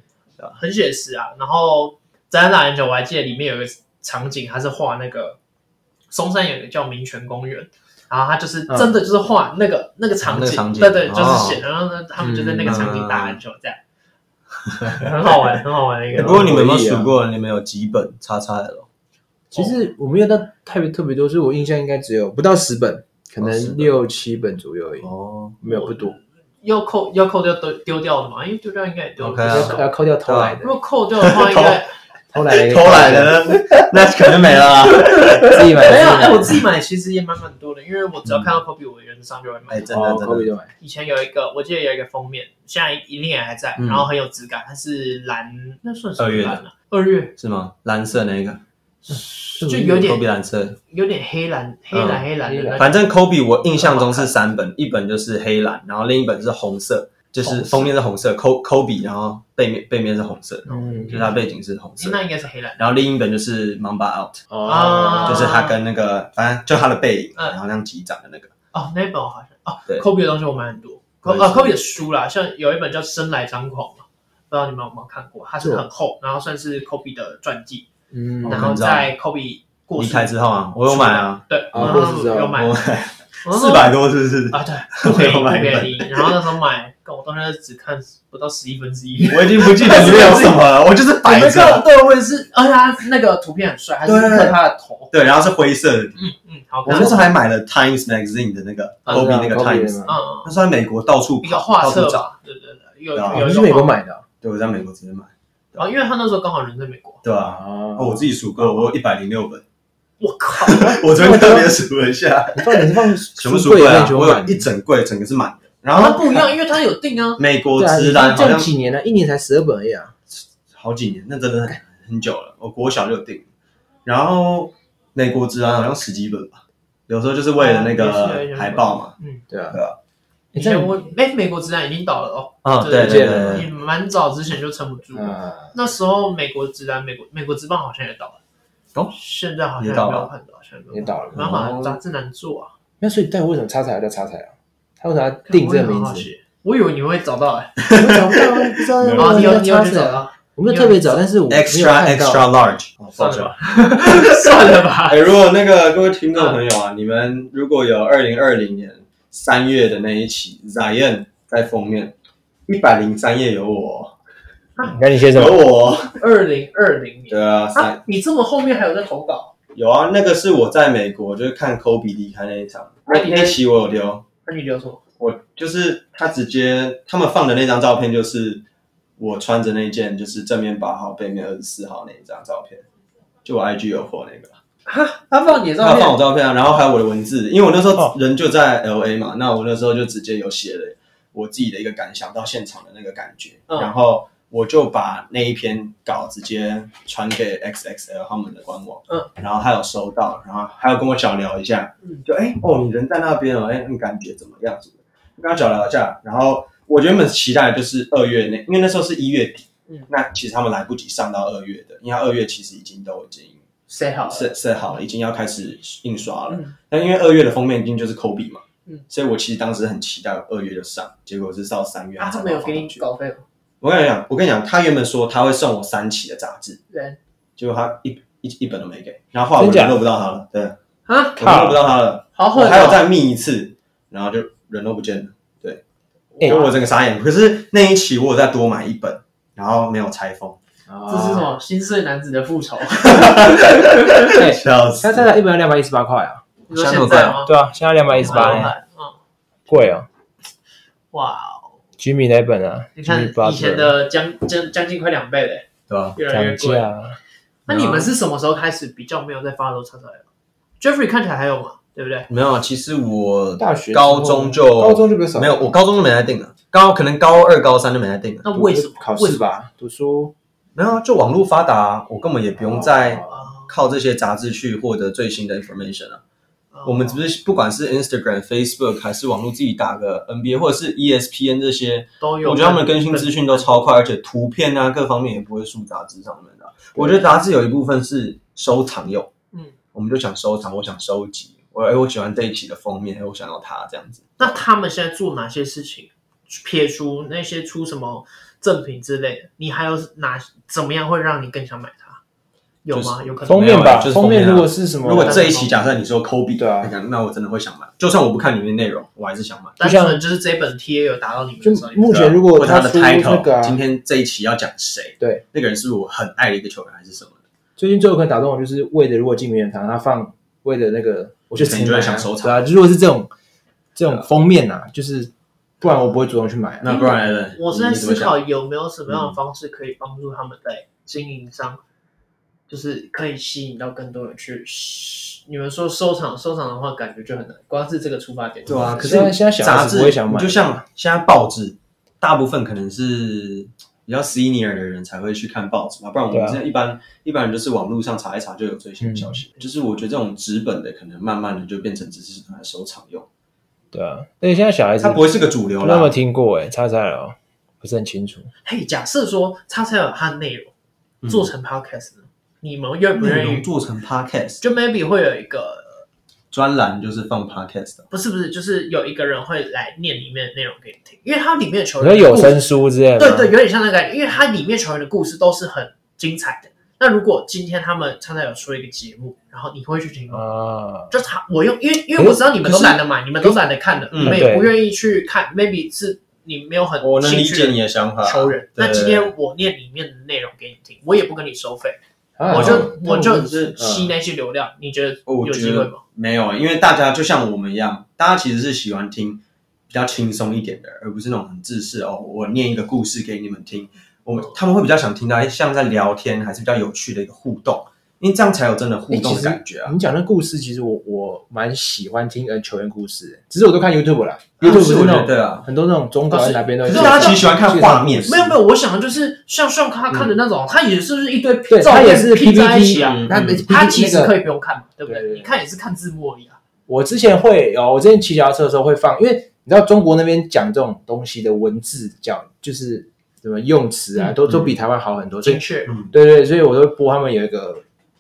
Speaker 1: 很写实啊。然后展览篮球，我还记得里面有一个场景，它是画那个松山有一个叫民权公园，然后它就是
Speaker 2: 嗯
Speaker 1: 真的就是画那个、那个场
Speaker 3: 那
Speaker 1: 景，
Speaker 3: 个场景
Speaker 1: 对对，就是
Speaker 3: 哦嗯
Speaker 1: 写，然后呢，他们就在那个场景打篮球，这样、很
Speaker 3: 很
Speaker 1: 好玩，很好玩的一
Speaker 3: 欸
Speaker 1: 个。
Speaker 3: 不过你们有没有
Speaker 2: 回忆啊
Speaker 3: 数过？你们有几本叉叉 L？
Speaker 2: 其实我没有到特别特别多，所以我印象应该只有不到十本，可
Speaker 3: 哦
Speaker 2: 能
Speaker 3: 10本
Speaker 2: 六七本左右而已，
Speaker 3: 哦，
Speaker 2: 没有不多。
Speaker 1: 要扣要扣掉丢丢掉的嘛，因为丢掉应该也丢不
Speaker 3: OK 啊
Speaker 1: 少
Speaker 2: 要要扣掉偷来的
Speaker 1: 如，果扣掉的话，应 该
Speaker 2: 偷来的，
Speaker 3: 偷来，的，那可能没了啊。
Speaker 2: 自己买的。
Speaker 1: 没有。哎，我自己买其实也蛮蛮多的，因为我只要看到 Kobe，我原则上就会买。
Speaker 3: 嗯哎，真的
Speaker 2: 哦，
Speaker 3: 真
Speaker 2: 扣
Speaker 3: 的，
Speaker 2: 就买。
Speaker 1: 以前有一个，我记得有一个封面，现在一定也还在，
Speaker 3: 嗯
Speaker 1: 然后很有质感，它是蓝，那算什么
Speaker 3: 二月的
Speaker 1: 蓝啊？二月
Speaker 3: 是吗？蓝色那个，
Speaker 1: 就有
Speaker 3: 科比
Speaker 1: 点
Speaker 3: 蓝色。
Speaker 1: 有点黑蓝，黑蓝黑蓝的
Speaker 2: 黑
Speaker 1: 那种，
Speaker 2: 蓝
Speaker 3: 反正科比我印象中是三本，一本就是黑蓝，然后另一本是红色，就是
Speaker 1: 红色
Speaker 3: 封面是红色，科科比，然后背面背面是红色，
Speaker 2: 嗯
Speaker 3: 就是它背景是红
Speaker 1: 诶
Speaker 3: 色。
Speaker 1: 那应该是黑蓝。
Speaker 3: 然后另一本就是《Mamba Out
Speaker 2: 哦
Speaker 1: 啊》，
Speaker 3: 就是他跟那个，反正就他的背影，
Speaker 1: 嗯
Speaker 3: 然后那样击掌的那个。
Speaker 1: 哦，那一本我好像哦
Speaker 3: 对
Speaker 1: ，Kobe 的东西我买很多，呃
Speaker 3: 我也
Speaker 1: 啊
Speaker 3: 是
Speaker 1: ，Kobe 的书啦，像有一本叫《生来张狂》嘛，不知道你们有没有看过，它是很厚，然后算是 Kobe 的传记，
Speaker 2: 嗯，
Speaker 1: 然后在 Kobe 过
Speaker 3: 离
Speaker 1: 世
Speaker 3: 开之后啊，我有买啊，
Speaker 1: 对，
Speaker 2: 啊
Speaker 1: 然
Speaker 2: 过世
Speaker 1: 后
Speaker 2: 之后
Speaker 1: 有买
Speaker 3: 我
Speaker 1: 我那时
Speaker 3: 四
Speaker 1: 候
Speaker 3: 百多是不是？
Speaker 1: 啊，对，不便宜
Speaker 3: 我有
Speaker 1: 不
Speaker 3: 买一本
Speaker 1: 便宜。然后那时候买，跟我当时只看不到十一分之一。
Speaker 3: 我已经不记得里面有什么了，我就是摆
Speaker 1: 那个
Speaker 3: 着。
Speaker 1: 对，我也是，而且他那个图片很帅，还是
Speaker 3: 对对对
Speaker 1: 看他的头，
Speaker 3: 对，然后是灰色的。
Speaker 1: 嗯嗯，好
Speaker 3: 我
Speaker 1: 看。
Speaker 3: 那时候还买了 Times Magazine 的那个
Speaker 1: 啊
Speaker 3: Kobe 那个 Times，
Speaker 1: 嗯嗯
Speaker 3: 那时候在美国到处
Speaker 1: 一个
Speaker 3: 跑，
Speaker 1: 画
Speaker 3: 到
Speaker 1: 册
Speaker 3: 处找。
Speaker 1: 吧，对对对，有
Speaker 3: 对啊
Speaker 1: 有一
Speaker 2: 你哦
Speaker 1: 个
Speaker 2: 是美国
Speaker 1: 画
Speaker 2: 买的
Speaker 3: 对，我在美国直接买，
Speaker 1: 啊，因为他那时候刚好人在美国。
Speaker 3: 对吧？
Speaker 2: 啊
Speaker 3: 哦，我自己数过，我有一百零六本，
Speaker 1: 我靠，
Speaker 2: 啊
Speaker 3: 我昨
Speaker 1: 啊
Speaker 3: 天特别数了一下，
Speaker 2: 你放你是放
Speaker 3: 全
Speaker 2: 书
Speaker 3: 部数过
Speaker 2: 里面
Speaker 3: 来，
Speaker 2: 全部
Speaker 3: 我
Speaker 2: 满
Speaker 3: 有
Speaker 2: 的
Speaker 3: 一整柜，整个是满的。然
Speaker 1: 那
Speaker 3: 后
Speaker 1: 啊不一样，因为他有定啊。
Speaker 3: 美国
Speaker 2: 对啊，
Speaker 3: 直
Speaker 2: 你
Speaker 3: 男好
Speaker 2: 这
Speaker 3: 像
Speaker 2: 样几年了，一年才十二本而已啊。
Speaker 3: 好几年，那真的很很久了。我国小就有订，然后美国直男好像十几本吧，有时候就是为了那
Speaker 1: 哦也是有一些
Speaker 3: 个海报嘛。
Speaker 1: 嗯，
Speaker 2: 对啊，
Speaker 3: 对啊
Speaker 1: 以
Speaker 2: 你这样
Speaker 1: 前我哎，美国之男已经倒了哦。
Speaker 3: 啊
Speaker 1: 这
Speaker 3: 对
Speaker 2: 对
Speaker 1: 这
Speaker 2: 对
Speaker 3: 对
Speaker 1: 你蛮早之前就撑不住了。
Speaker 2: 啊，
Speaker 1: 那时候美国直男，美国美国职棒好像也倒了，
Speaker 3: 哦
Speaker 1: 现在好像
Speaker 3: 也
Speaker 1: 也
Speaker 3: 倒
Speaker 1: 没
Speaker 3: 了
Speaker 1: 有看到，现在没
Speaker 2: 也
Speaker 1: 有看到。
Speaker 2: 倒了哦
Speaker 1: 没。办法，杂志难做啊，
Speaker 2: 那所以，但为什么叉彩要叫叉彩啊？他为啥要 定这个名
Speaker 1: 我也很好
Speaker 2: 字？
Speaker 1: 奇。我以为你会找到哎，
Speaker 2: 我 找不到啊，不知道
Speaker 3: 嗯
Speaker 2: 为
Speaker 1: 啊，你
Speaker 2: 什
Speaker 1: 有
Speaker 2: 么
Speaker 1: 你
Speaker 2: 叫
Speaker 1: 有
Speaker 2: 叉
Speaker 1: 去
Speaker 2: 彩
Speaker 1: 找
Speaker 2: 啊。
Speaker 1: 到？
Speaker 2: 我没有特别找，但是我没有
Speaker 3: ，extra
Speaker 2: 看到
Speaker 3: extra large，哦
Speaker 1: 算了。
Speaker 2: 啊
Speaker 1: 吧， 算了 吧。
Speaker 3: 哎，如果那个各位听众朋友啊，你们如果有二零二零年三月的那一期 Zion 在封面，一百零三页有我，
Speaker 2: 那你写什
Speaker 3: 有
Speaker 2: 么？
Speaker 3: 我，
Speaker 1: 二零二零年
Speaker 3: 对啊，三
Speaker 1: 啊，你这么后面还有在投稿？
Speaker 3: 有啊，那个是我在美国就是看 Kobe 离开那一场，那那一期我有留，
Speaker 1: 那你留什么？
Speaker 3: 我就是他直接他们放的那张照片就是我穿着那件就是正面八号背面二十四号那一张照片，就我 IG 有货那个。
Speaker 1: 哈，他放你的
Speaker 3: 他
Speaker 1: 照
Speaker 3: 放我
Speaker 1: 片，
Speaker 3: 照片啊，然后还有我的文字，因为我那时
Speaker 2: 哦
Speaker 3: 候人就在 L A 嘛，那我那时候就直接有写了我自己的一个感想到现场的那个感觉，
Speaker 1: 嗯
Speaker 3: 然后我就把那一篇稿直接传给 X X L 他们的官网，
Speaker 1: 嗯，
Speaker 3: 然后他有收到，然后还有跟我小聊一下，
Speaker 1: 嗯
Speaker 3: 就哎、哦你人在那边了，哎、你感觉怎么样什么的，跟他小聊一下，然后我原本期待的就是二月那，因为那时候是一月底。
Speaker 1: 嗯
Speaker 3: 那其实他们来不及上到二月的，因为他二月其实已经都已经
Speaker 1: 谁好了？
Speaker 3: 设设好了，已经要开始印刷了。
Speaker 1: 嗯
Speaker 3: 但因为二月的封面已经就是 Kobe 嘛，
Speaker 1: 嗯
Speaker 3: 所以我其实当时很期待二月就上，结果是到三月
Speaker 1: 啊，
Speaker 3: 才
Speaker 1: 他
Speaker 3: 把
Speaker 1: 没有
Speaker 3: 它
Speaker 1: 给
Speaker 3: 放
Speaker 1: 你
Speaker 3: 上去
Speaker 1: 稿费哦吗？
Speaker 3: 我跟你讲，我跟你讲，他原本说他会送我三期的杂志，
Speaker 1: 人
Speaker 3: 结果他一一一本都没给，然后后来我
Speaker 2: 真假
Speaker 3: 联络不到他了，对，我
Speaker 1: 啊，
Speaker 3: 联络不到他了，
Speaker 1: 好
Speaker 3: 我
Speaker 1: 狠！哦
Speaker 3: 还有，再密一次，然后就人都不见了，对，
Speaker 2: 哎
Speaker 3: 因为我整个傻眼。可是那一期我有再多买一本，然后没有拆封，
Speaker 1: 这是什
Speaker 3: 啊
Speaker 1: 么？心碎男子的复 仇？
Speaker 2: 对，
Speaker 3: 笑死
Speaker 2: 叉。彩一本要两百一十八块啊。
Speaker 1: 你说现在吗？
Speaker 2: 对啊，现在两百一十八
Speaker 1: 嗯
Speaker 2: 呢，，贵哦。
Speaker 1: 哇哦。
Speaker 2: 居米那本啊，
Speaker 1: 你看
Speaker 2: Jimmy Butler
Speaker 1: 以前的将将将近快两倍嘞，
Speaker 3: 对啊吧？
Speaker 1: 越来越
Speaker 2: 涨
Speaker 1: 贵。
Speaker 2: 价，啊
Speaker 1: 那你们是什么时候开始比较没有在 follow 叉叉 L Jeffrey 看起来还有嘛，对不对？
Speaker 3: 没有，其实我
Speaker 2: 大学之后
Speaker 3: 高中就
Speaker 2: 高中就比较少，
Speaker 3: 没有，我高中就没来定了，高可能高二、高三就没来定了。
Speaker 1: 那为什么？
Speaker 2: 考
Speaker 1: 为
Speaker 2: 试
Speaker 1: 什么？
Speaker 2: 吧，读书
Speaker 3: 没有啊，就网络发达啊、我根本也不用再
Speaker 1: 啊
Speaker 3: 靠这些杂志去获得最新的 information 啊。
Speaker 1: 啊
Speaker 3: 我们只是不管是 Instagram、Facebook 还是网络自己打个 NBA 或者是 E ESPN 这些，
Speaker 1: 都有，
Speaker 3: 我觉得他们更新资讯都超快，而且图片啊各方面也不会输杂志上面的啊、我觉得杂志有一部分是收藏用，
Speaker 1: 嗯，
Speaker 3: 我们就想收藏，我想收集，我哎我喜欢这一期的封面，哎我想要它这样子。
Speaker 1: 那他们现在做哪些事情？撇除那些出什么赠品之类的，你还有哪怎么样会让你更想买它？有吗？有可能
Speaker 2: 封
Speaker 1: 吗
Speaker 2: 面吧
Speaker 3: 没有就是，
Speaker 2: 封
Speaker 3: 封面啊
Speaker 2: 面如果是什么，
Speaker 3: 如果这一期假设你说 Kobe，
Speaker 2: 对啊
Speaker 3: 那那我真的会想买，就算我不看里面内容，我还是想买。啊
Speaker 1: 单
Speaker 2: 就像
Speaker 1: 纯就是这本贴有达到你们
Speaker 2: 就
Speaker 1: 的上瘾
Speaker 2: 目前如
Speaker 3: 或
Speaker 2: 果
Speaker 3: 他的
Speaker 2: 出那
Speaker 3: title，、
Speaker 2: 个啊，
Speaker 3: 今天这一期要讲谁？
Speaker 2: 对，
Speaker 3: 那个人是我很爱的一个球员还是什么的？
Speaker 2: 最近最后可能打动我，就是为了如果进名人堂，他放为了那个，我就
Speaker 3: 可能就会想收藏啊
Speaker 2: 对啊。如果是这种这种封面呐，就是不然我不会主动去买啊。
Speaker 3: 那不然 Allen，
Speaker 1: 嗯我是在
Speaker 3: 你怎么
Speaker 1: 思
Speaker 3: 想嗯
Speaker 1: 考有没有什么样的方式可以帮助他们在经营上，就是可以吸引到更多人去。你们说收藏，收藏的话感觉就很难，光是这个出发点就
Speaker 3: 对啊，
Speaker 1: 很
Speaker 3: 可
Speaker 2: 现在
Speaker 3: 是
Speaker 2: 现在小孩
Speaker 3: 杂
Speaker 2: 子
Speaker 3: 志
Speaker 2: 不会想买
Speaker 3: 你就像现在报纸，大部分可能是比较 senior 的人才会去看报纸嘛，不然我
Speaker 2: 对
Speaker 3: 们
Speaker 2: 啊
Speaker 3: 现在一般、一般人就是网络上查一查就有最新的消息。
Speaker 2: 嗯
Speaker 3: 就是我觉得这种纸本的，可能慢慢的就变成只是拿来收藏用，
Speaker 2: 对啊，而且现在小孩子
Speaker 3: 它不会是个主流
Speaker 2: 不知道有没有
Speaker 3: 啦。
Speaker 2: 听过哎，叉叉了，不是很清楚。
Speaker 1: 嘿，假设说叉叉有它的内容
Speaker 3: 嗯
Speaker 1: 做成 podcast 呢，你们愿不
Speaker 3: 内
Speaker 1: 愿意
Speaker 3: 容？做成 podcast，
Speaker 1: 就 maybe 会有一个
Speaker 3: 专栏就是放 podcast 的
Speaker 1: 不是不是，就是有一个人会来念里面的内容给你听，因为它里面的球
Speaker 2: 你说
Speaker 1: 员的
Speaker 2: 有
Speaker 1: 故事
Speaker 2: 声书之类的吗，
Speaker 1: 对对，有点像那个感觉，因为它里面球员的故事都是很精彩的。那如果今天他们常常有出一个节目，然后你会去听吗？
Speaker 2: 啊，
Speaker 1: 就他我用，因为因为
Speaker 2: 可是
Speaker 1: 我知道你们都懒得买，你们都懒得看的，你
Speaker 3: 嗯
Speaker 1: 们
Speaker 2: 对
Speaker 1: 也不愿意去看，maybe 是你没有很
Speaker 3: 我能
Speaker 1: 兴
Speaker 3: 理
Speaker 1: 趣
Speaker 3: 解
Speaker 1: 的
Speaker 3: 你的想法。
Speaker 1: 球员。
Speaker 3: 对
Speaker 1: 那今天我念里面的内容给你听，我也不跟你收费，
Speaker 2: 啊
Speaker 3: 哦
Speaker 1: 我
Speaker 2: 那
Speaker 1: 就我就
Speaker 2: 就是
Speaker 1: 吸那些流量，你觉得
Speaker 3: 嗯我
Speaker 1: 有
Speaker 3: 觉
Speaker 1: 机会
Speaker 3: 得
Speaker 1: 吗？
Speaker 3: 没有，因为大家就像我们一样，大家其实是喜欢听比较轻松一点的，而不是那种很自私哦。我念一个故事给你们听，我他们会比较想听到哎像在聊天，还是比较有趣的一个互动，因为这样才有真的互动的感觉啊。
Speaker 2: 你讲的故事，其实我我蛮喜欢听呃球员故事，只是我都看 YouTube 啦
Speaker 3: 啊
Speaker 2: ，YouTube
Speaker 3: 是
Speaker 2: 是
Speaker 3: 我
Speaker 2: 那
Speaker 3: 觉得
Speaker 2: 种
Speaker 3: 对啊，
Speaker 2: 很多那种中国
Speaker 1: 可是
Speaker 2: 哪边都有
Speaker 3: 可
Speaker 2: 介
Speaker 3: 是
Speaker 2: 绍，
Speaker 3: 大家其实喜欢看画面，
Speaker 1: 没有没有，我想的就是像像他看的那种，他也是不是一堆
Speaker 2: 嗯对，
Speaker 1: 照
Speaker 2: 他也
Speaker 1: 片
Speaker 2: 是
Speaker 1: 拼在一
Speaker 2: PPT
Speaker 1: 起啊？
Speaker 2: 那
Speaker 3: 嗯
Speaker 1: 他其实可
Speaker 2: 以。
Speaker 1: 以不用看嘛，对不
Speaker 2: 对对
Speaker 1: 对？
Speaker 2: 对
Speaker 1: 你看也是看字幕而已啊。
Speaker 2: 我之前会有，我之前骑脚踏车的时候会放，因为你知道中国那边讲这种东西的文字叫就是什么用词啊，
Speaker 1: 嗯
Speaker 2: 都都
Speaker 3: 嗯
Speaker 2: 比台湾好很多，所以
Speaker 1: 精确，
Speaker 2: 对对，所以我都会播他们有一个，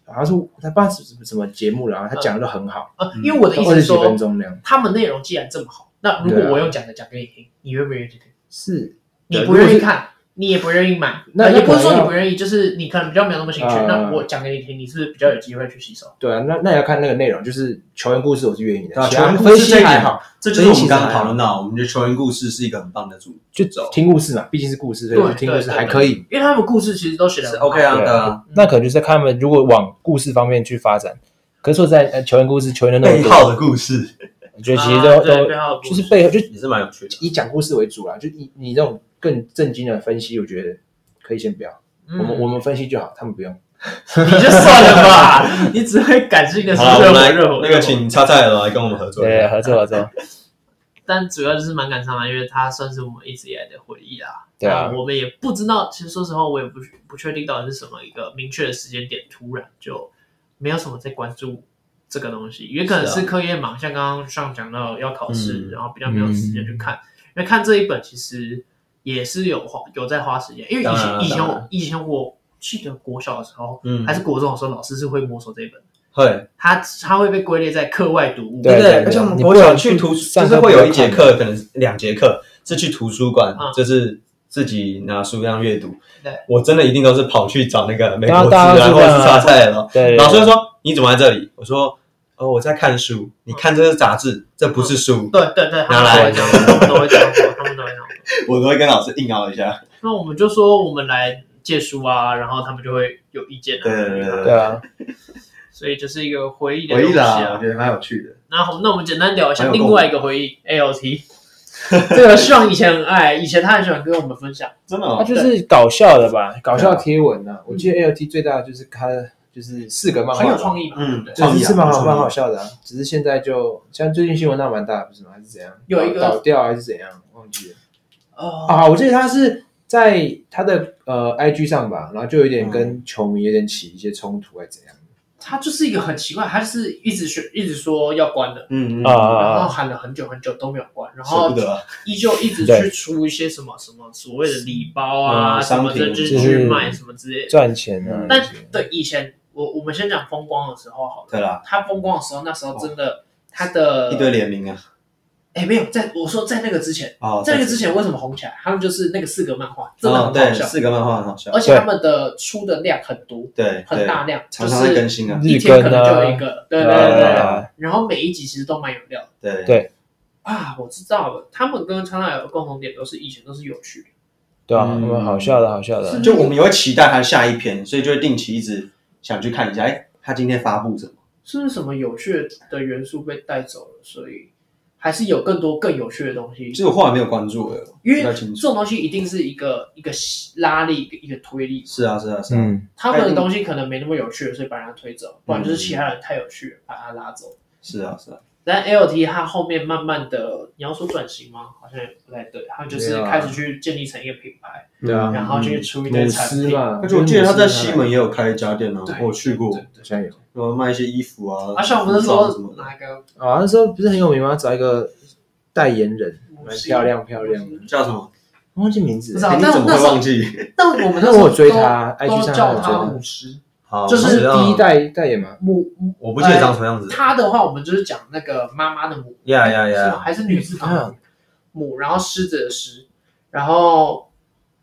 Speaker 2: 好像是他不知道是什么节目了，然后他讲的都很好，
Speaker 1: 呃，因为我的意
Speaker 2: 都
Speaker 1: 思
Speaker 2: 二
Speaker 1: 是
Speaker 2: 十几
Speaker 1: 说
Speaker 2: 分，钟那样。
Speaker 1: 他们内容既然这么好，那如
Speaker 2: 对啊
Speaker 1: 果我用讲的讲给你听，你愿不愿意去听？
Speaker 2: 是，啊对
Speaker 1: 你不愿意看，你也不愿意买，
Speaker 2: 那
Speaker 1: 呃
Speaker 2: 那
Speaker 1: 也不是
Speaker 2: 可能
Speaker 1: 说你
Speaker 2: 要
Speaker 1: 不愿意，就是你可能比较没有那么兴趣
Speaker 2: 啊。
Speaker 1: 那我讲给你听，你是不是比较有机会去吸收？
Speaker 2: 对啊，那那也要看那个内容，就是球员故事我是愿意
Speaker 3: 对
Speaker 2: 的，
Speaker 3: 啊
Speaker 2: 其他
Speaker 3: 球员故事
Speaker 2: 分
Speaker 3: 这
Speaker 2: 析
Speaker 3: 一
Speaker 2: 还
Speaker 3: 点
Speaker 2: 好，
Speaker 3: 这就是我们刚刚讨论到，我们觉得球员故事是一个很棒的主，
Speaker 2: 就
Speaker 3: 走
Speaker 2: 听故事嘛，毕竟是故事，所
Speaker 1: 对
Speaker 2: 以听故事还可以。
Speaker 1: 因为他们故事其实都写的
Speaker 3: 是 OK 啊，对啊，
Speaker 2: 嗯那可能就是看他们如果往故事方面去发展。可是说在呃球员故事、球员的那
Speaker 3: 背
Speaker 2: 种，
Speaker 3: 后的故事
Speaker 2: 我觉得其实都
Speaker 1: 啊对
Speaker 2: 都
Speaker 1: 背后的故
Speaker 2: 就
Speaker 1: 事
Speaker 2: 是背后就
Speaker 3: 也是蛮有趣的。
Speaker 2: 以讲故事为主啦，就以你这种更正经的分析，我觉得可以先不要，我们我们分析就好，他们不用。
Speaker 1: 嗯你就算了吧，你只会感性的是
Speaker 3: 好，我
Speaker 1: 热
Speaker 3: 们
Speaker 1: 火
Speaker 3: 来
Speaker 1: 热火
Speaker 3: 那个，
Speaker 1: 热火
Speaker 3: 请叉菜来跟我们合作一下。
Speaker 2: 对，啊合作合作，
Speaker 1: 但主要就是蛮感伤的，因为它算是我们一直以来的回忆啦。
Speaker 2: 对啊
Speaker 1: 那，我们也不知道，其实说实话，我也不不确定到底是什么一个明确的时间点，突然就没有什么在关注这个东西，也可能
Speaker 3: 是啊
Speaker 1: 是课业忙，像刚刚上讲到要考试，
Speaker 3: 嗯
Speaker 1: 然后比较没有时间去看。因为看这一本其实也是有花有在花时间，因为以
Speaker 3: 当然
Speaker 1: 前
Speaker 3: 了
Speaker 1: 以前
Speaker 3: 当然
Speaker 1: 我以前我记得国小的时候、
Speaker 3: 嗯，
Speaker 1: 还是国中的时候，老师是会摸索这一本，
Speaker 3: 会
Speaker 1: 它它会被归类在课外读物。
Speaker 2: 对
Speaker 3: 对
Speaker 2: 对
Speaker 3: 而且我
Speaker 2: 你不
Speaker 3: 们国小
Speaker 2: 能
Speaker 3: 去
Speaker 2: 去
Speaker 3: 图，就
Speaker 2: 上
Speaker 3: 是
Speaker 2: 课不
Speaker 3: 会有
Speaker 2: 要
Speaker 3: 一节
Speaker 2: 看
Speaker 3: 课，可能是两节课是去图书馆
Speaker 1: 嗯，
Speaker 3: 就是自己拿书这样阅读
Speaker 1: 对。
Speaker 3: 我真的一定都是跑去找那个美国字
Speaker 2: 大家
Speaker 3: 啊，
Speaker 2: 大家都
Speaker 3: 或
Speaker 2: 是这
Speaker 3: 者
Speaker 2: 样啊
Speaker 3: 是叉菜了。
Speaker 2: 对，
Speaker 3: 老师就说：“你怎么在这里？”我说：“哦，我在看书。你看这是杂志，这不是书。
Speaker 1: 对对对，他
Speaker 3: 拿来
Speaker 1: 们都会这样，他们都会这样做，他们都会这样做。”
Speaker 3: 我都会跟老师硬凹一下。
Speaker 1: 那我们就说我们来借书啊，然后他们就会有意见啊，
Speaker 3: 对对对
Speaker 2: 对啊，
Speaker 1: 所以就是一个回忆的
Speaker 3: 我
Speaker 1: 东
Speaker 3: 一
Speaker 1: 西
Speaker 3: 啦，我
Speaker 1: 啊。
Speaker 3: 觉得蛮有趣的。
Speaker 1: 然后那我们简单聊一下
Speaker 3: 蛮有
Speaker 1: 另
Speaker 3: 共鸣
Speaker 1: 外一个回忆 ALT，这个希望以前很爱，以前他很喜欢跟我们分享，
Speaker 3: 真的
Speaker 2: 他
Speaker 3: 哦，
Speaker 2: 啊就是搞笑的吧，搞笑贴文呐、啊。我记得 L T 最大的就是他就是四个漫画，
Speaker 1: 很有创意嘛。
Speaker 3: 嗯，
Speaker 2: 对，
Speaker 3: 创
Speaker 2: 其
Speaker 3: 意
Speaker 2: 实
Speaker 3: 啊
Speaker 2: 是蛮好蛮好
Speaker 3: 创意
Speaker 2: 笑的、啊。只是现在就像最近新闻闹蛮大的，不是吗？还是怎样？
Speaker 1: 有一个
Speaker 2: 倒掉还是怎样？忘记了
Speaker 1: 哦，
Speaker 2: 啊！我记得他是在他的呃 I G 上吧，然后就有点跟球迷有点起一些冲突，还是怎样？
Speaker 1: 他就是一个很奇怪，他是一直学一直说要关的，
Speaker 3: 嗯嗯
Speaker 2: 啊
Speaker 1: 然后喊了很久很久都没有关，然
Speaker 3: 舍
Speaker 1: 后
Speaker 3: 不得啊。
Speaker 1: 依旧一直
Speaker 2: 对
Speaker 1: 去出一些什么什么所谓的礼包啊，
Speaker 3: 嗯
Speaker 1: 什么
Speaker 3: 商
Speaker 1: 的，
Speaker 3: 品
Speaker 1: 就是
Speaker 2: 就
Speaker 1: 去
Speaker 2: 是
Speaker 1: 卖什么之类的。
Speaker 2: 赚钱啊
Speaker 3: 嗯！
Speaker 1: 但对以前我我们先讲风光的时候好了。
Speaker 3: 对啦，
Speaker 1: 他风光的时候，那时候真的他的
Speaker 3: 哦一堆联名啊。
Speaker 1: 哎没有在我说在那个之前，
Speaker 3: 哦，
Speaker 1: 呃在那个之前为什么红起来？他们就是那个四格漫画真的
Speaker 3: 哦
Speaker 1: 很
Speaker 3: 对
Speaker 1: 好笑，
Speaker 3: 四个漫画很好笑
Speaker 1: 而，且他们的出的量很多，
Speaker 3: 对，
Speaker 1: 很
Speaker 3: 对
Speaker 1: 大量，
Speaker 3: 常
Speaker 1: 就
Speaker 3: 常会更
Speaker 1: 是
Speaker 3: 新啊。
Speaker 1: 一天可能就有一个，对对
Speaker 3: 对
Speaker 1: 对
Speaker 3: 对
Speaker 1: 对。
Speaker 2: 啊
Speaker 3: 对
Speaker 1: 然后每一集其实都蛮有料的
Speaker 3: 对
Speaker 2: 对
Speaker 1: 啊，我知道了，他们跟昌大有个共同点，都是以前都是有趣的，
Speaker 2: 对
Speaker 3: 嗯
Speaker 2: 的，好笑
Speaker 1: 是
Speaker 3: 就我们也会期待它下一篇，所以就会定期一直想去看一下，哎，它今天发布什么？
Speaker 1: 是不是什么有趣的元素被带走了，所以还是有更多更有趣的东西
Speaker 3: 其。实我后来没有关注了，
Speaker 1: 因为
Speaker 3: 不太
Speaker 1: 这
Speaker 3: 清楚。
Speaker 1: 种东西一定是一个一个拉力，一个一个推力，
Speaker 3: 是啊，是啊，是啊。
Speaker 2: 嗯，
Speaker 1: 他们的东西可能没那么有趣，所以把人家推走，不然就是其他人太有趣了，把他拉走。
Speaker 3: 是啊，是啊，
Speaker 1: 但 LT 它后面慢慢的，你要说转型吗？好像也不太对，它就
Speaker 2: 没
Speaker 1: 是
Speaker 2: 有啊
Speaker 1: 开始去建立成一个品牌，
Speaker 2: 对
Speaker 3: 嗯
Speaker 2: 啊
Speaker 1: 然后去
Speaker 3: 去，
Speaker 1: 出一堆
Speaker 2: 母
Speaker 1: 产
Speaker 2: 狮
Speaker 1: 品。
Speaker 2: 嘛，
Speaker 3: 而且我记得他在西门也有开一家店啊
Speaker 1: 对，
Speaker 3: 我有去过
Speaker 1: 对，
Speaker 2: 好像有
Speaker 3: 然后卖一些衣服啊，
Speaker 1: 啊，像我们那时
Speaker 3: 服装什么
Speaker 1: 候
Speaker 3: 的，
Speaker 1: 哪个
Speaker 2: 啊，那时候不是很有名吗？找一个代言人，蛮漂亮漂亮的，
Speaker 3: 叫什么？
Speaker 2: 忘记名字
Speaker 1: 不
Speaker 2: 了
Speaker 1: 知。道
Speaker 3: 哎你
Speaker 1: 但
Speaker 3: 怎么
Speaker 1: 那时
Speaker 3: 会
Speaker 1: 候
Speaker 3: 忘记？
Speaker 1: 但我们那
Speaker 2: 那
Speaker 1: 时候
Speaker 2: 我追
Speaker 1: 都
Speaker 2: 他，IG
Speaker 1: 都
Speaker 2: 上
Speaker 1: 叫
Speaker 2: 我追
Speaker 1: 他
Speaker 2: 他
Speaker 1: 舞狮，
Speaker 3: 好，
Speaker 1: 就是
Speaker 3: 我知道
Speaker 2: 第一，代代言嘛，
Speaker 1: 母母
Speaker 3: 我不记得长什么样子。
Speaker 1: 他的话，我们就是讲那个妈妈的母，
Speaker 3: 呀呀嗯
Speaker 1: 是吗
Speaker 3: 呀！
Speaker 1: 还是女字
Speaker 2: 啊
Speaker 1: 旁母，然后狮子的狮，然后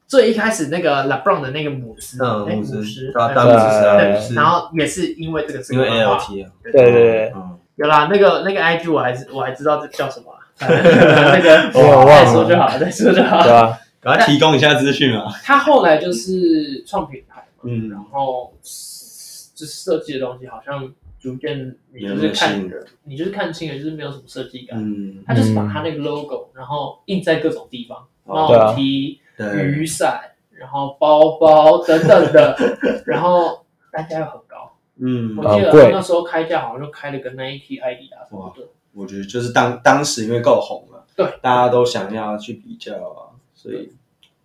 Speaker 1: 最一开始那个 LeBron 的那个母狮，
Speaker 3: 嗯，
Speaker 1: 哎
Speaker 3: 五
Speaker 1: 母
Speaker 3: 十，
Speaker 1: 狮，
Speaker 3: 对啊，
Speaker 1: 哎
Speaker 3: 丹
Speaker 2: 当
Speaker 3: 姆
Speaker 1: 对
Speaker 3: 斯啊，
Speaker 2: 对
Speaker 3: 五十
Speaker 1: 然后也是因为这个是
Speaker 3: 因为
Speaker 1: 漫画
Speaker 3: ALT 啊，
Speaker 1: 对
Speaker 4: 对对对，
Speaker 3: 嗯，
Speaker 1: 有啦，那个那个 IG 我还是我还知道这叫什么啊，反正 那个
Speaker 4: 我忘了
Speaker 1: 再说就好，再说就好
Speaker 4: 对。
Speaker 3: 啊
Speaker 4: 吧？
Speaker 3: 给他提供一下资讯啊。
Speaker 1: 他后来就是创品牌嘛，
Speaker 3: 嗯
Speaker 1: 然后就是设计的东西好像逐渐你就
Speaker 3: 有
Speaker 1: 是
Speaker 3: 点吸
Speaker 1: 看
Speaker 3: 引人，
Speaker 1: 你就是看清了，就是没有什么设计感。
Speaker 3: 嗯，
Speaker 1: 他就是把他那个 logo，然后印在各种地方，
Speaker 3: 哦
Speaker 4: 对啊
Speaker 1: 帽 T、
Speaker 3: 对，
Speaker 1: 雨伞，然后包包等等的， 然后单价又很高。
Speaker 3: 嗯
Speaker 1: 我，
Speaker 4: 啊
Speaker 1: 记得
Speaker 4: 贵
Speaker 1: 他那时候开价好像就开了个 Nike、艾迪达什么的。
Speaker 3: 我觉得就是当当时因为够红了，
Speaker 1: 对，
Speaker 3: 大家都想要去比较啊，所以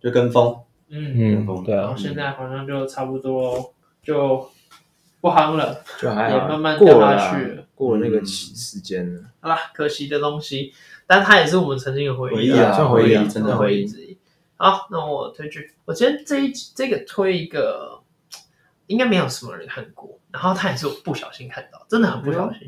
Speaker 3: 就跟风，
Speaker 1: 嗯，
Speaker 4: 嗯，对
Speaker 1: 然后
Speaker 4: 啊，
Speaker 1: 现在好像就差不多就不夯了。
Speaker 2: 就还好啊
Speaker 1: 也慢慢
Speaker 2: 过
Speaker 1: 掉
Speaker 2: 了
Speaker 1: 下
Speaker 2: 啦
Speaker 1: 去了，
Speaker 2: 过了那个
Speaker 3: 嗯
Speaker 2: 期时间了。
Speaker 1: 好啦，啊可惜的东西，但它也是我们曾经的回
Speaker 3: 回
Speaker 1: 忆
Speaker 3: 忆
Speaker 1: 啊，
Speaker 3: 啊，
Speaker 2: 算
Speaker 1: 回
Speaker 2: 回忆
Speaker 3: 忆
Speaker 1: 忆
Speaker 2: 啊
Speaker 3: 真
Speaker 1: 真
Speaker 3: 的
Speaker 1: 的
Speaker 2: 算
Speaker 1: 回
Speaker 2: 回
Speaker 1: 忆
Speaker 2: 忆
Speaker 1: 之一。好，那我推剧，我今天这一集这个推一个，应该没有什么人看过，然后他也是我不小心看到，真的很不小心。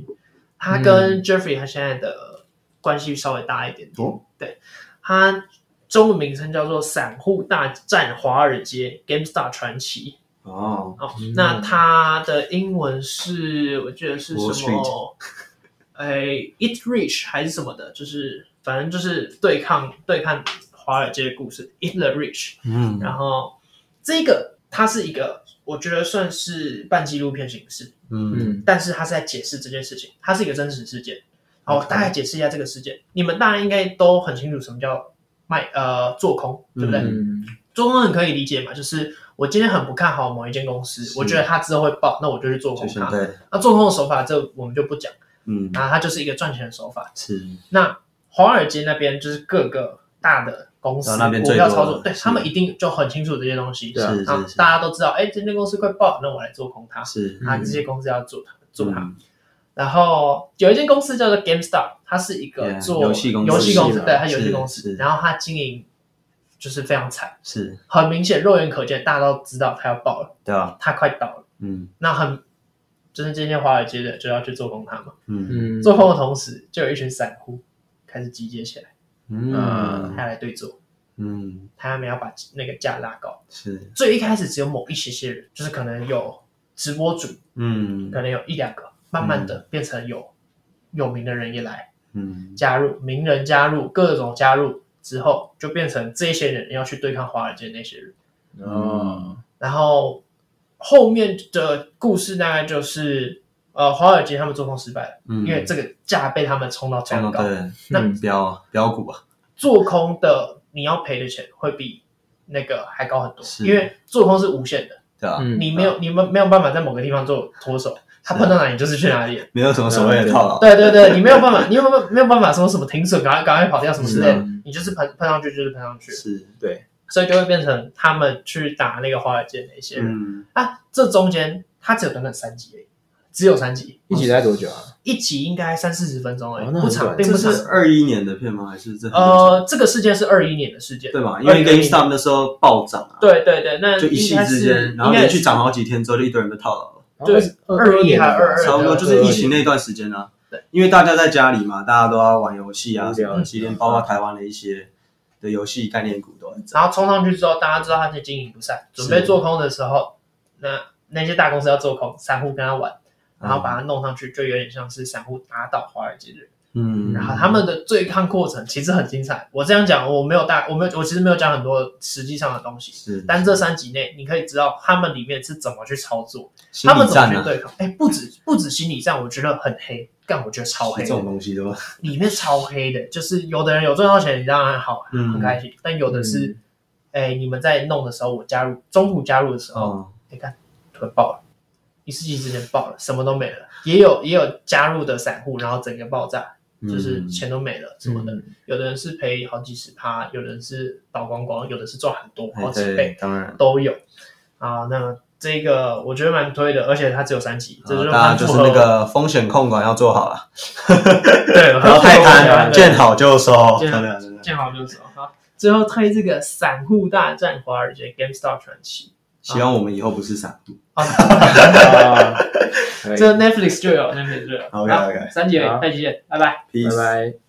Speaker 1: 他跟 Jeffrey 他现在的关系稍微大一点点，
Speaker 3: 哦
Speaker 1: 对他。中文名称叫做《散户大战华尔街》（GameStar 传奇
Speaker 3: 哦），
Speaker 1: 哦，
Speaker 2: 嗯
Speaker 1: 那它的英文是，我记得是什
Speaker 3: Wall
Speaker 1: 么
Speaker 3: Street？
Speaker 1: 哎，It Rich 还是什么的，就是反正就是对抗对抗华尔街的故事，It the Rich。
Speaker 3: 嗯
Speaker 1: 然后这个它是一个，我觉得算是半纪录片形式，
Speaker 3: 嗯
Speaker 2: 嗯，
Speaker 1: 但是它是在解释这件事情，它是一个真实事件。好，我
Speaker 3: OK
Speaker 1: 大概解释一下这个事件，你们大家应该都很清楚什么叫卖呃做空，对不对？
Speaker 2: 嗯，
Speaker 1: 做空很可以理解嘛，就是我今天很不看好某一间公司，
Speaker 3: 是
Speaker 1: 我觉得它之后会爆，那我就去做
Speaker 3: 就
Speaker 1: 空
Speaker 3: 现
Speaker 1: 它。
Speaker 3: 在，
Speaker 1: 那做空的手法，这我们就不讲，
Speaker 3: 嗯，
Speaker 1: 那它就是一个赚钱的手法。
Speaker 3: 是，
Speaker 1: 那华尔街那边就是各个大的公司
Speaker 3: 啊那边
Speaker 1: 股
Speaker 3: 最
Speaker 1: 票
Speaker 3: 多
Speaker 1: 操作，
Speaker 3: 了
Speaker 1: 对
Speaker 3: 是
Speaker 1: 他们一定就很清楚这些东西。
Speaker 2: 对啊
Speaker 3: 是
Speaker 1: 啊
Speaker 3: 是，是
Speaker 1: 大家都知道，哎，这间公司快爆，那我来做空它。
Speaker 3: 是，
Speaker 1: 啊，
Speaker 2: 嗯
Speaker 1: 这些公司要做它，做它。
Speaker 3: 嗯
Speaker 1: 然后有一间公司叫做 GameStop，它是一个
Speaker 3: Yeah，
Speaker 1: 做
Speaker 3: 游戏公司
Speaker 1: 游戏公
Speaker 2: 是
Speaker 1: 司，
Speaker 2: 啊
Speaker 1: 对，它游戏
Speaker 3: 是
Speaker 1: 公司
Speaker 3: 是，
Speaker 1: 然后它经营就是非常惨，
Speaker 3: 是，
Speaker 1: 很明显，肉眼可见，大家都知道它要爆了，
Speaker 3: 对啊，
Speaker 1: 它快倒了。
Speaker 3: 嗯
Speaker 1: 那很就是这些华尔街的就要去做空它嘛。
Speaker 3: 嗯
Speaker 2: 嗯，
Speaker 1: 做空的同时，就有一群散户开始集结起来，
Speaker 3: 嗯
Speaker 1: 他来对坐，
Speaker 3: 嗯，
Speaker 1: 他们要把那个价拉高。
Speaker 3: 是，
Speaker 1: 最一开始只有某一些些人，就是可能有直播主，
Speaker 3: 嗯
Speaker 1: 可能有一两个，慢慢的变成有有名的人也来
Speaker 3: 嗯
Speaker 1: 加入，名人加入，各种加入之后，就变成这些人要去对抗华尔街那些人。
Speaker 2: 哦，
Speaker 1: 然后后面的故事大概就是，呃，华尔街他们做空失败了，
Speaker 3: 嗯，
Speaker 1: 因为这个价被他们冲到最
Speaker 3: 看到
Speaker 1: 高。
Speaker 3: 对
Speaker 1: 那
Speaker 2: 嗯
Speaker 3: 标标股啊，
Speaker 1: 做空的你要赔的钱会比那个还高很多，
Speaker 3: 是
Speaker 1: 因为做空是无限的，
Speaker 3: 对啊，
Speaker 2: 嗯
Speaker 1: 你没有你们没有办法在某个地方做脱手，它碰到哪里就是去哪 里。
Speaker 3: 没有什么所谓的套牢，
Speaker 1: 对对对，你没有办法，你有没有没有办法说什么停损，赶快赶快跑掉什么之类
Speaker 3: 是
Speaker 1: 的
Speaker 2: 啊，
Speaker 1: 你就是碰碰上去就是碰上去，
Speaker 3: 是，
Speaker 2: 对，
Speaker 1: 所以就会变成他们去打那个华尔街那些人
Speaker 3: 嗯
Speaker 1: 啊，这中间它只有短短三集而已，只有三集，
Speaker 2: 一起待多久啊？
Speaker 1: 一集应该三四十分钟而已，
Speaker 2: 哦那很
Speaker 1: 不长，
Speaker 2: 短
Speaker 1: 并
Speaker 3: 这
Speaker 1: 不长。
Speaker 3: 是二一年的片吗？还是这很久
Speaker 1: 呃，这个事件是二一年的事件，
Speaker 3: 对嘛？因为
Speaker 1: 2010年
Speaker 3: GameStop 那时候暴涨啊，
Speaker 1: 对对对，那
Speaker 3: 就一夕
Speaker 1: 应该
Speaker 3: 之
Speaker 1: 是
Speaker 3: 间，然
Speaker 1: 应
Speaker 3: 后
Speaker 1: 该
Speaker 3: 连
Speaker 1: 是
Speaker 3: 续涨好几天之后，就一堆人被套牢了，
Speaker 1: 对
Speaker 2: 哦二
Speaker 1: 21
Speaker 2: 年
Speaker 1: 还22对
Speaker 3: 差不多就是疫情那段时间啊。
Speaker 1: 对，
Speaker 3: 因为大家在家里嘛，大家都要玩游戏啊，
Speaker 2: 无
Speaker 3: 什
Speaker 2: 聊
Speaker 3: 么东西，
Speaker 1: 嗯
Speaker 3: 连包括台湾的一些的游戏概念股都在涨。
Speaker 1: 然后冲上去之后，大家知道他的经营不善，准备做空的时候，那那些大公司要做空，散户跟他玩，然后把他弄上去，就有点像是散户打倒华尔街的人。
Speaker 3: 嗯，
Speaker 1: 然后他们的对抗过程其实很精彩。我这样讲，我没有大，我没有，我其实没有讲很多实际上的东西。
Speaker 3: 是
Speaker 1: 但这三集内，你可以知道他们里面是怎么去操作，
Speaker 3: 心
Speaker 1: 他们
Speaker 3: 理
Speaker 1: 怎么
Speaker 3: 战
Speaker 1: 去
Speaker 3: 啊，
Speaker 1: 对抗。哎，不止不止心理战，我觉得很黑，但我觉得超黑
Speaker 3: 这
Speaker 1: 的，
Speaker 3: 种东西对吧？
Speaker 1: 里面超黑的。就是有的人有赚到钱，你当然好，
Speaker 3: 嗯
Speaker 1: 很开心。但有的是
Speaker 2: 嗯，
Speaker 1: 哎、你们在弄的时候，我加入，中途加入的时候，
Speaker 3: 哦，
Speaker 1: 你、看突然爆了，一世纪之前爆了，什么都没了。也有也有加入的散户，然后整个爆炸，就是
Speaker 3: 嗯
Speaker 1: 钱都没了什么的。有的人是赔好几十趴，有人是倒光光，有的是赚很多
Speaker 3: 哎
Speaker 1: 好几
Speaker 3: 对
Speaker 1: 倍
Speaker 3: 当然。
Speaker 1: 都有。啊，那这个我觉得蛮推的，而且它只有三集，这
Speaker 3: 啊
Speaker 1: 就它
Speaker 3: 大家就是
Speaker 1: 符合
Speaker 3: 那个风险控管要做 好了，
Speaker 1: 对，
Speaker 3: 不要太贪，
Speaker 1: 对
Speaker 3: 见好就收，
Speaker 1: 见
Speaker 3: 真
Speaker 1: 好
Speaker 3: 的真的
Speaker 1: 见好就走。好，最后推这个散户大战华尔街 GameStop 传奇，
Speaker 3: 希望我们以后不是散户。
Speaker 2: 啊，可以
Speaker 1: 这 Netflix 就有，Netflix 就有。
Speaker 3: OK，OK
Speaker 1: 好三集而已
Speaker 2: 好
Speaker 1: 下集见，拜拜。
Speaker 3: Peace
Speaker 2: 拜拜。